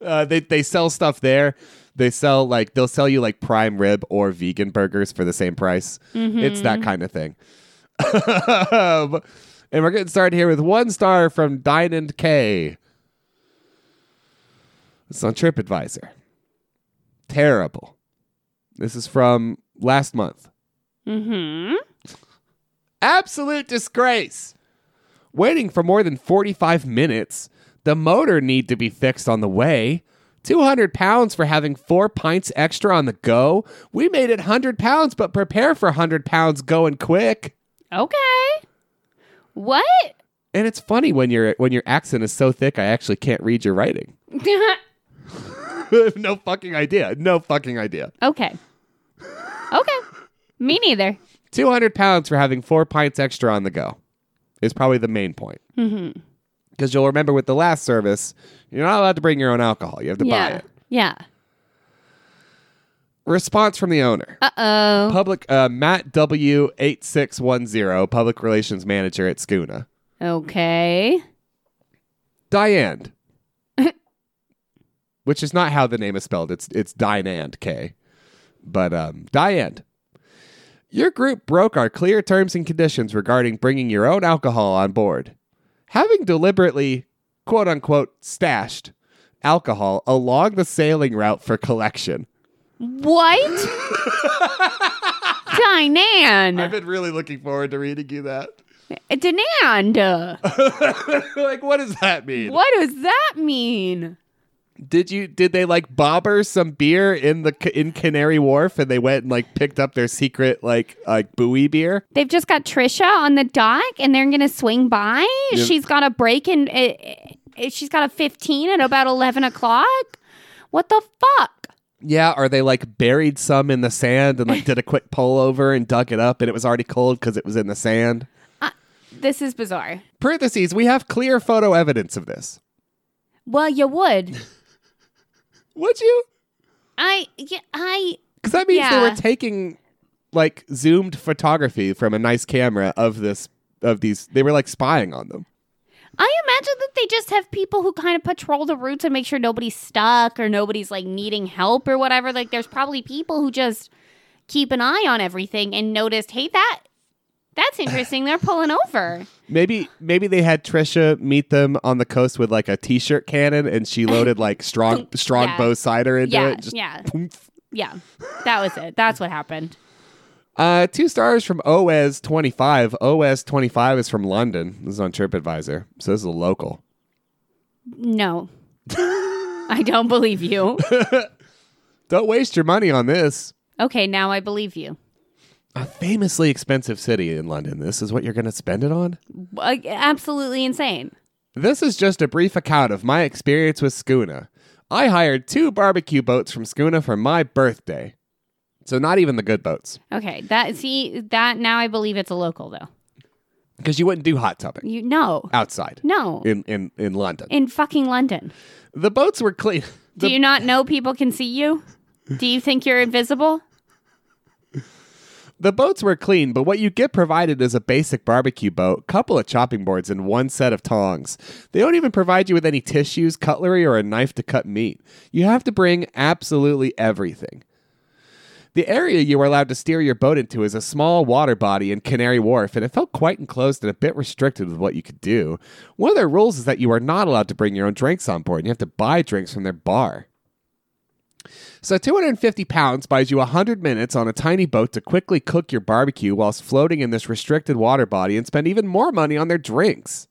Speaker 1: uh, they they sell stuff there. They sell like they'll sell you like prime rib or vegan burgers for the same price. It's that kind of thing. [laughs] Um, and we're getting started here with one star from Dinand K. It's on TripAdvisor. Terrible. This is from last month.
Speaker 2: Mm-hmm.
Speaker 1: Absolute disgrace. Waiting for more than 45 minutes. The motor need to be fixed on the way. 200 pounds for having four pints extra on the go. We made it 100 pounds, but prepare for 100 pounds going quick.
Speaker 2: Okay. What? [laughs]
Speaker 1: And it's funny when your when your accent is so thick I actually can't read your writing. [laughs] no fucking idea. No fucking idea.
Speaker 2: okay. Okay. Me neither.
Speaker 1: 200 pounds for having four pints extra on the go is probably the main point. Because you'll remember with the last service, you're not allowed to bring your own alcohol. You have to buy
Speaker 2: yeah.
Speaker 1: it.
Speaker 2: Yeah.
Speaker 1: Response from the owner.
Speaker 2: Uh oh.
Speaker 1: Public uh, Matt W eight six one zero, public relations manager at Skuna.
Speaker 2: Okay.
Speaker 1: Diane, which is not how the name is spelled. It's it's Dinand K, but um, Diane. Your group broke our clear terms and conditions regarding bringing your own alcohol on board. Having deliberately, quote unquote, stashed alcohol along the sailing route for collection.
Speaker 2: What?
Speaker 1: I've
Speaker 2: Dinan. Eh,
Speaker 1: been really looking forward to reading you that. [laughs]
Speaker 2: Dinan.
Speaker 1: like, what does that mean?
Speaker 2: What does that mean?
Speaker 1: Did you did they like bobber some beer in the in Canary Wharf and they went and like picked up their secret like like buoy beer?
Speaker 2: They've just got Trisha on the dock, and they're gonna swing by. She's got a break, eh, and uh, uh, she's got a fifteen at about eleven o'clock. What the fuck?
Speaker 1: Yeah, or they like buried some in the sand and like did a quick pull over and dug it up and it was already cold because it was in the sand.
Speaker 2: This is bizarre.
Speaker 1: Parentheses, we have clear photo evidence of this.
Speaker 2: Well, you would.
Speaker 1: Would you?
Speaker 2: I yeah, I
Speaker 1: Because that means they
Speaker 2: Yeah.
Speaker 1: were taking like zoomed photography from a nice camera of this of these they were like spying on them.
Speaker 2: I imagine that they just have people who kind of patrol the routes and make sure nobody's stuck or nobody's like needing help or whatever. Like there's probably people who just keep an eye on everything and noticed, hey, that that's interesting. They're pulling over.
Speaker 1: Maybe maybe they had Trisha meet them on the coast with like a t-shirt cannon and she loaded like
Speaker 2: [laughs]
Speaker 1: strong strong
Speaker 2: Yeah.
Speaker 1: bow cider into
Speaker 2: yeah,
Speaker 1: it. Just
Speaker 2: yeah,
Speaker 1: poomph.
Speaker 2: yeah. That was it. That's what happened.
Speaker 1: Uh, two stars from OS 25. OS 25 is from London. This is on TripAdvisor. So this is a local.
Speaker 2: No. I don't believe you.
Speaker 1: Don't waste your money on this.
Speaker 2: Okay, now I believe you.
Speaker 1: A famously expensive city in London. This is what you're going to spend it on?
Speaker 2: Uh, absolutely insane.
Speaker 1: This is just a brief account of my experience with Schooner. I hired two barbecue boats from Schooner for my birthday. So not even the good boats.
Speaker 2: Okay, that see that now I believe it's a local though.
Speaker 1: Because you wouldn't do hot tubbing
Speaker 2: You no,
Speaker 1: outside
Speaker 2: no,
Speaker 1: in, in, in London.
Speaker 2: in fucking London.
Speaker 1: The boats were clean. [laughs]
Speaker 2: Do you not know people can see you? Do you think you're invisible?
Speaker 1: The boats were clean, but what you get provided is a basic barbecue boat, couple of chopping boards, and one set of tongs. They don't even provide you with any tissues, cutlery, or a knife to cut meat. You have to bring absolutely everything. The area you are allowed to steer your boat into is a small water body in Canary Wharf, and it felt quite enclosed and a bit restricted with what you could do. One of their rules is that you are not allowed to bring your own drinks on board, and you have to buy drinks from their bar. So 250 pounds buys you 100 minutes on a tiny boat to quickly cook your barbecue whilst floating in this restricted water body and spend even more money on their drinks.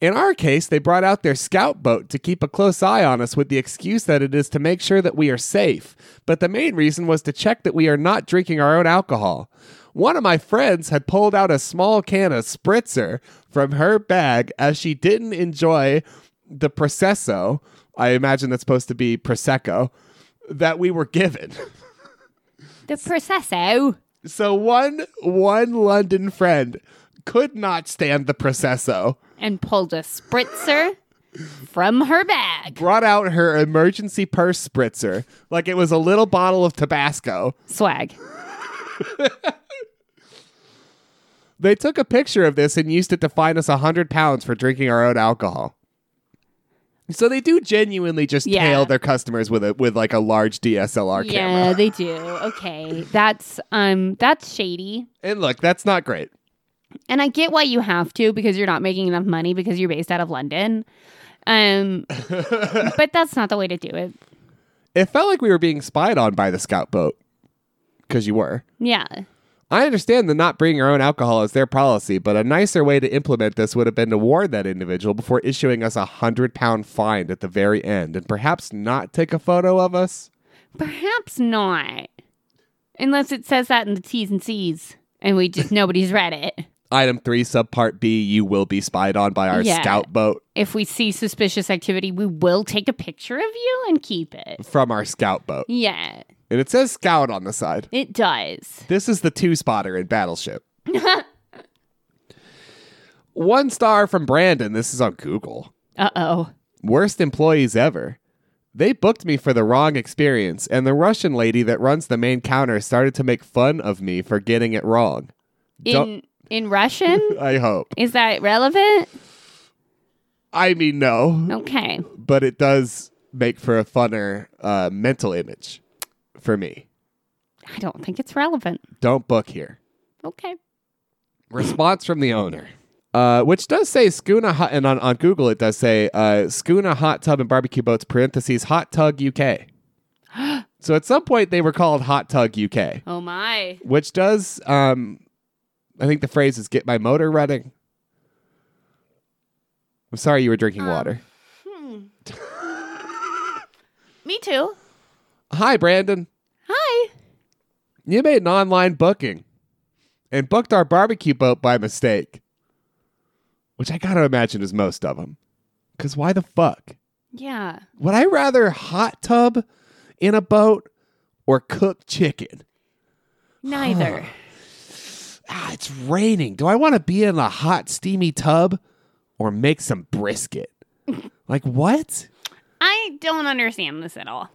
Speaker 1: In our case, they brought out their scout boat to keep a close eye on us with the excuse that it is to make sure that we are safe, but the main reason was to check that we are not drinking our own alcohol. One of my friends had pulled out a small can of spritzer from her bag as she didn't enjoy the Prosecco. I imagine that's supposed to be Prosecco that we were given. [laughs]
Speaker 2: The processo.
Speaker 1: So one one London friend could not stand the processo,
Speaker 2: And pulled a spritzer from her bag.
Speaker 1: brought out her emergency purse spritzer like it was a little bottle of Tabasco.
Speaker 2: Swag.
Speaker 1: They took a picture of this and used it to fine us a hundred pounds for drinking our own alcohol. So they do genuinely just
Speaker 2: Yeah.
Speaker 1: tail their customers with a with like a large DSLR camera.
Speaker 2: Yeah, they do. Okay. That's um that's shady.
Speaker 1: And look, that's not great.
Speaker 2: And I get why you have to because you're not making enough money because you're based out of London.
Speaker 1: [laughs]
Speaker 2: Um but that's not the way to do it.
Speaker 1: It felt like we were being spied on by the scout boat because you were.
Speaker 2: Yeah.
Speaker 1: I understand that not bringing your own alcohol is their policy, but a nicer way to implement this would have been to warn that individual before issuing us a hundred pound fine at the very end, and perhaps not take a photo of us.
Speaker 2: Perhaps not. Unless it says that in the T's and C's and we just nobody's read it.
Speaker 1: Item three, subpart B: You will be spied on by our
Speaker 2: Yeah.
Speaker 1: scout boat
Speaker 2: if we see suspicious activity, we will take a picture of you and keep it.
Speaker 1: from our scout boat,
Speaker 2: Yeah,
Speaker 1: and it says scout on the side.
Speaker 2: it does.
Speaker 1: This is the two spotter in
Speaker 2: [laughs]
Speaker 1: Battleship. One star from Brandon. This is on Google.
Speaker 2: Uh oh.
Speaker 1: worst employees ever. They booked me for the wrong experience, and the Russian lady that runs the main counter started to make fun of me for getting it wrong.
Speaker 2: In
Speaker 1: Don't-
Speaker 2: in Russian,
Speaker 1: I hope.
Speaker 2: is that relevant?
Speaker 1: I mean, no,
Speaker 2: Okay.
Speaker 1: but it does make for a funner uh, mental image for me.
Speaker 2: I don't think it's relevant.
Speaker 1: Don't book here.
Speaker 2: Okay.
Speaker 1: Response from the owner. Uh, which does say Schooner Hot, and on, on Google it does say uh, Schooner Hot Tub and Barbecue Boats, parentheses, Hot Tug UK. [gasps] so at some point they were called Hot Tug UK.
Speaker 2: Oh my.
Speaker 1: which does um i think the phrase is get my motor running i'm sorry you were drinking water
Speaker 2: Me too.
Speaker 1: hi brandon
Speaker 2: Hi.
Speaker 1: you made an online booking and booked our barbecue boat by mistake which i gotta imagine is most of them because why the fuck
Speaker 2: Yeah.
Speaker 1: would i rather hot tub in a boat or cook chicken?
Speaker 2: Neither.
Speaker 1: Ah, it's raining. Do I want to be in a hot, steamy tub or make some brisket? [laughs] like, what?
Speaker 2: [sighs] I don't understand this at all.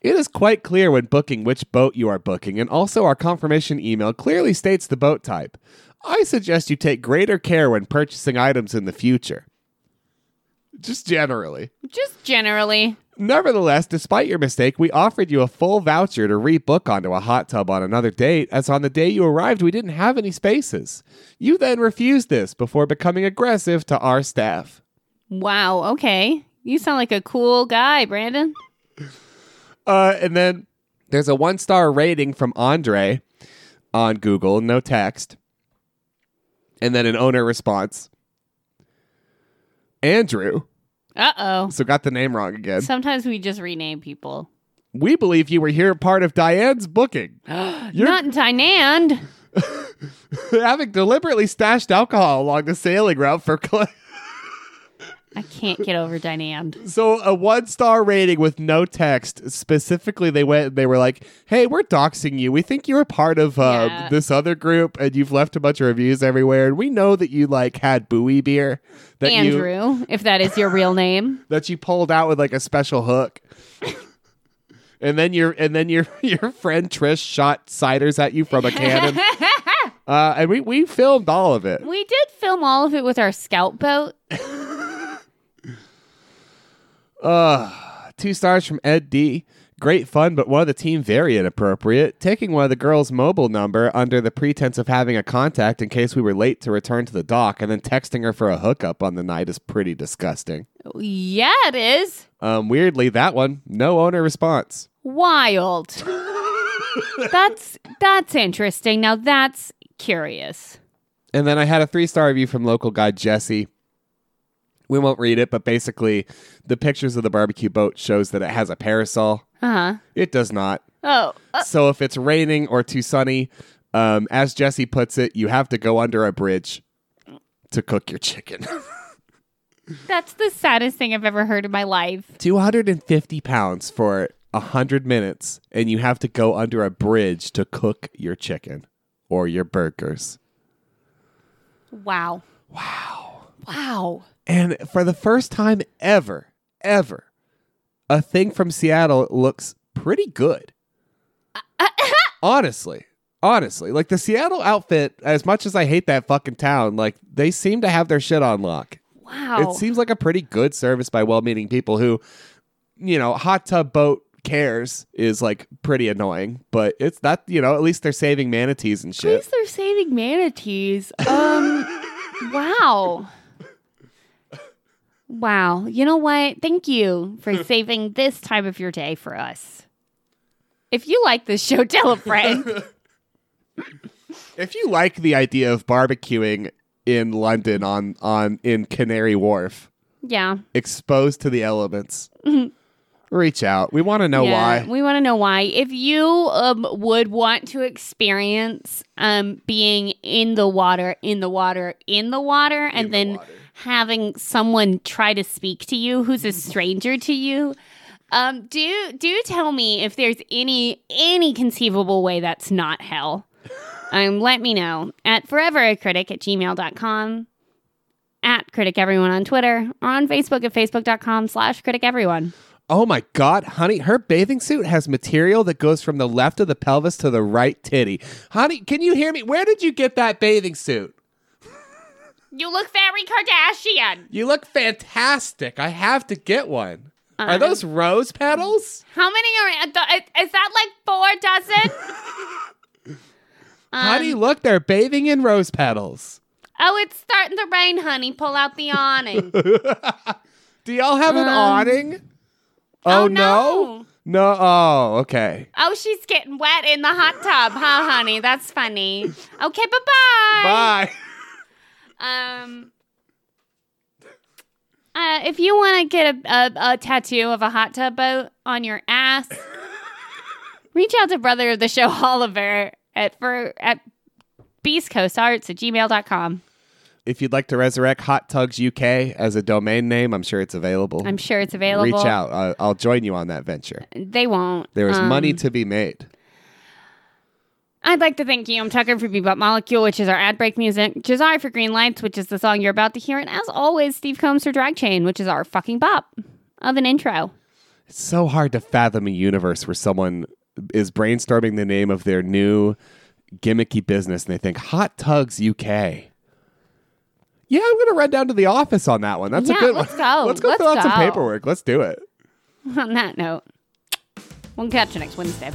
Speaker 1: It is quite clear when booking which boat you are booking, and also our confirmation email clearly states the boat type. I suggest you take greater care when purchasing items in the future. Just generally.
Speaker 2: Just generally.
Speaker 1: Nevertheless, despite your mistake, we offered you a full voucher to rebook onto a hot tub on another date, as on the day you arrived, we didn't have any spaces. You then refused this before becoming aggressive to our staff.
Speaker 2: Wow. Okay. You sound like a cool guy, Brandon.
Speaker 1: Uh, and then there's a one star rating from Andre on Google, no text. And then an owner response Andrew.
Speaker 2: Uh oh.
Speaker 1: So got the name wrong again.
Speaker 2: Sometimes we just rename people.
Speaker 1: We believe you were here part of Diane's booking. You're-
Speaker 2: Not Tynand.
Speaker 1: [laughs] having deliberately stashed alcohol along the sailing route for [laughs] cl-
Speaker 2: I can't get over Dynand.
Speaker 1: so a one star rating with no text specifically they went and they were like hey we're doxing you we think you're a part of uh,
Speaker 2: Yeah.
Speaker 1: this other group and you've left a bunch of reviews everywhere and we know that you like had buoy beer that you
Speaker 2: Andrew, if that is your real name.
Speaker 1: that you pulled out with like a special hook and then your and then your [laughs] your friend trish shot ciders at you from a
Speaker 2: [laughs]
Speaker 1: cannon uh, and we we filmed all of it
Speaker 2: [laughs] We did film all of it with our scout boat.
Speaker 1: Two stars from Ed D. Great fun, but one of the team very inappropriate. Taking one of the girls' mobile number under the pretense of having a contact in case we were late to return to the dock, and then texting her for a hookup on the night is pretty disgusting.
Speaker 2: Yeah, it is.
Speaker 1: Um, weirdly, that one, no owner response.
Speaker 2: [laughs] Wild. that's that's interesting. Now that's curious.
Speaker 1: And then I had a three star review from local guy Jesse. We won't read it, but basically, the pictures of the barbecue boat shows that it has a parasol.
Speaker 2: Uh-huh.
Speaker 1: It does not.
Speaker 2: Oh. uh,
Speaker 1: So if it's raining or too sunny, um, as Jesse puts it, you have to go under a bridge to cook your chicken. [laughs]
Speaker 2: that's the saddest thing I've ever heard in my life.
Speaker 1: 250 pounds for 100 minutes, and you have to go under a bridge to cook your chicken or your burgers.
Speaker 2: Wow. Wow. Wow.
Speaker 1: And for the first time ever, ever, a thing from Seattle looks pretty good. honestly, honestly, like the Seattle outfit, as much as I hate that fucking town, like they seem to have their shit on lock.
Speaker 2: Wow.
Speaker 1: It seems like a pretty good service by well meaning people who, you know, hot tub boat cares is like pretty annoying, but it's not, you know, at least they're saving manatees and
Speaker 2: At
Speaker 1: shit.
Speaker 2: least they're saving manatees. Um, wow. Wow. You know what? Thank you for saving this time of your day for us. If you like this show, tell a friend.
Speaker 1: If you like the idea of barbecuing in London on on in Canary Wharf,
Speaker 2: yeah.
Speaker 1: exposed to the elements, reach out. We want to know
Speaker 2: yeah,
Speaker 1: why.
Speaker 2: We want to know why. If you um, would want to experience um, being in the water, in the water, in the water, and
Speaker 1: the
Speaker 2: then
Speaker 1: water.
Speaker 2: having someone try to speak to you who's a
Speaker 1: Mm-hmm.
Speaker 2: stranger to you. Um, do do tell me if there's any any conceivable way that's
Speaker 1: [laughs]
Speaker 2: not hell. Um, let me know at foreveracritic at gmail.com, at critic everyone on Twitter, or on Facebook at facebook.com slash critic everyone.
Speaker 1: Oh my god, honey, her bathing suit has material that goes from the left of the pelvis to the right titty. Honey, can you hear me? Where did you get that bathing suit?
Speaker 2: You look very Kardashian.
Speaker 1: You look fantastic. I have to get one. Are those rose petals?
Speaker 2: How many are? th- Is that like four dozen? Um,
Speaker 1: Honey, look, they're bathing in rose petals.
Speaker 2: oh, it's starting to rain, honey. Pull out the awning.
Speaker 1: Do y'all have an awning? Oh,
Speaker 2: Um, oh,
Speaker 1: no. No. Oh, okay.
Speaker 2: Oh, she's getting wet in the hot tub, huh, honey? That's funny. Okay,
Speaker 1: Bye.
Speaker 2: bye-bye. Um. Uh, if you want to get a, a, a tattoo of a hot tub boat on your
Speaker 1: [laughs]
Speaker 2: ass, reach out to brother of the show [laughs] Oliver at for at beastcoastarts at gmail.com.
Speaker 1: if you'd like to resurrect Hot Tugs UK as a domain name, I'm sure it's available.
Speaker 2: I'm sure it's available.
Speaker 1: Reach out. I, I'll join you on that venture.
Speaker 2: They won't.
Speaker 1: There is
Speaker 2: Um,
Speaker 1: money to be made.
Speaker 2: I'd like to thank Guillaume Tucker for Bebop Molecule, which is our ad break music, Jazari for Green Lights, which is the song you're about to hear, and as always, Steve Combs for Drag Chain, which is our fucking bop of an intro.
Speaker 1: It's so hard to fathom a universe where someone is brainstorming the name of their new gimmicky business and they think Hot Tugs UK. Yeah, I'm gonna run down to the office on that one. That's a
Speaker 2: Yeah,
Speaker 1: good
Speaker 2: let's
Speaker 1: one.
Speaker 2: go.
Speaker 1: Let's go
Speaker 2: Let's
Speaker 1: fill out some
Speaker 2: go. [laughs]
Speaker 1: paperwork. Let's do it.
Speaker 2: On that note, we'll catch you next Wednesday.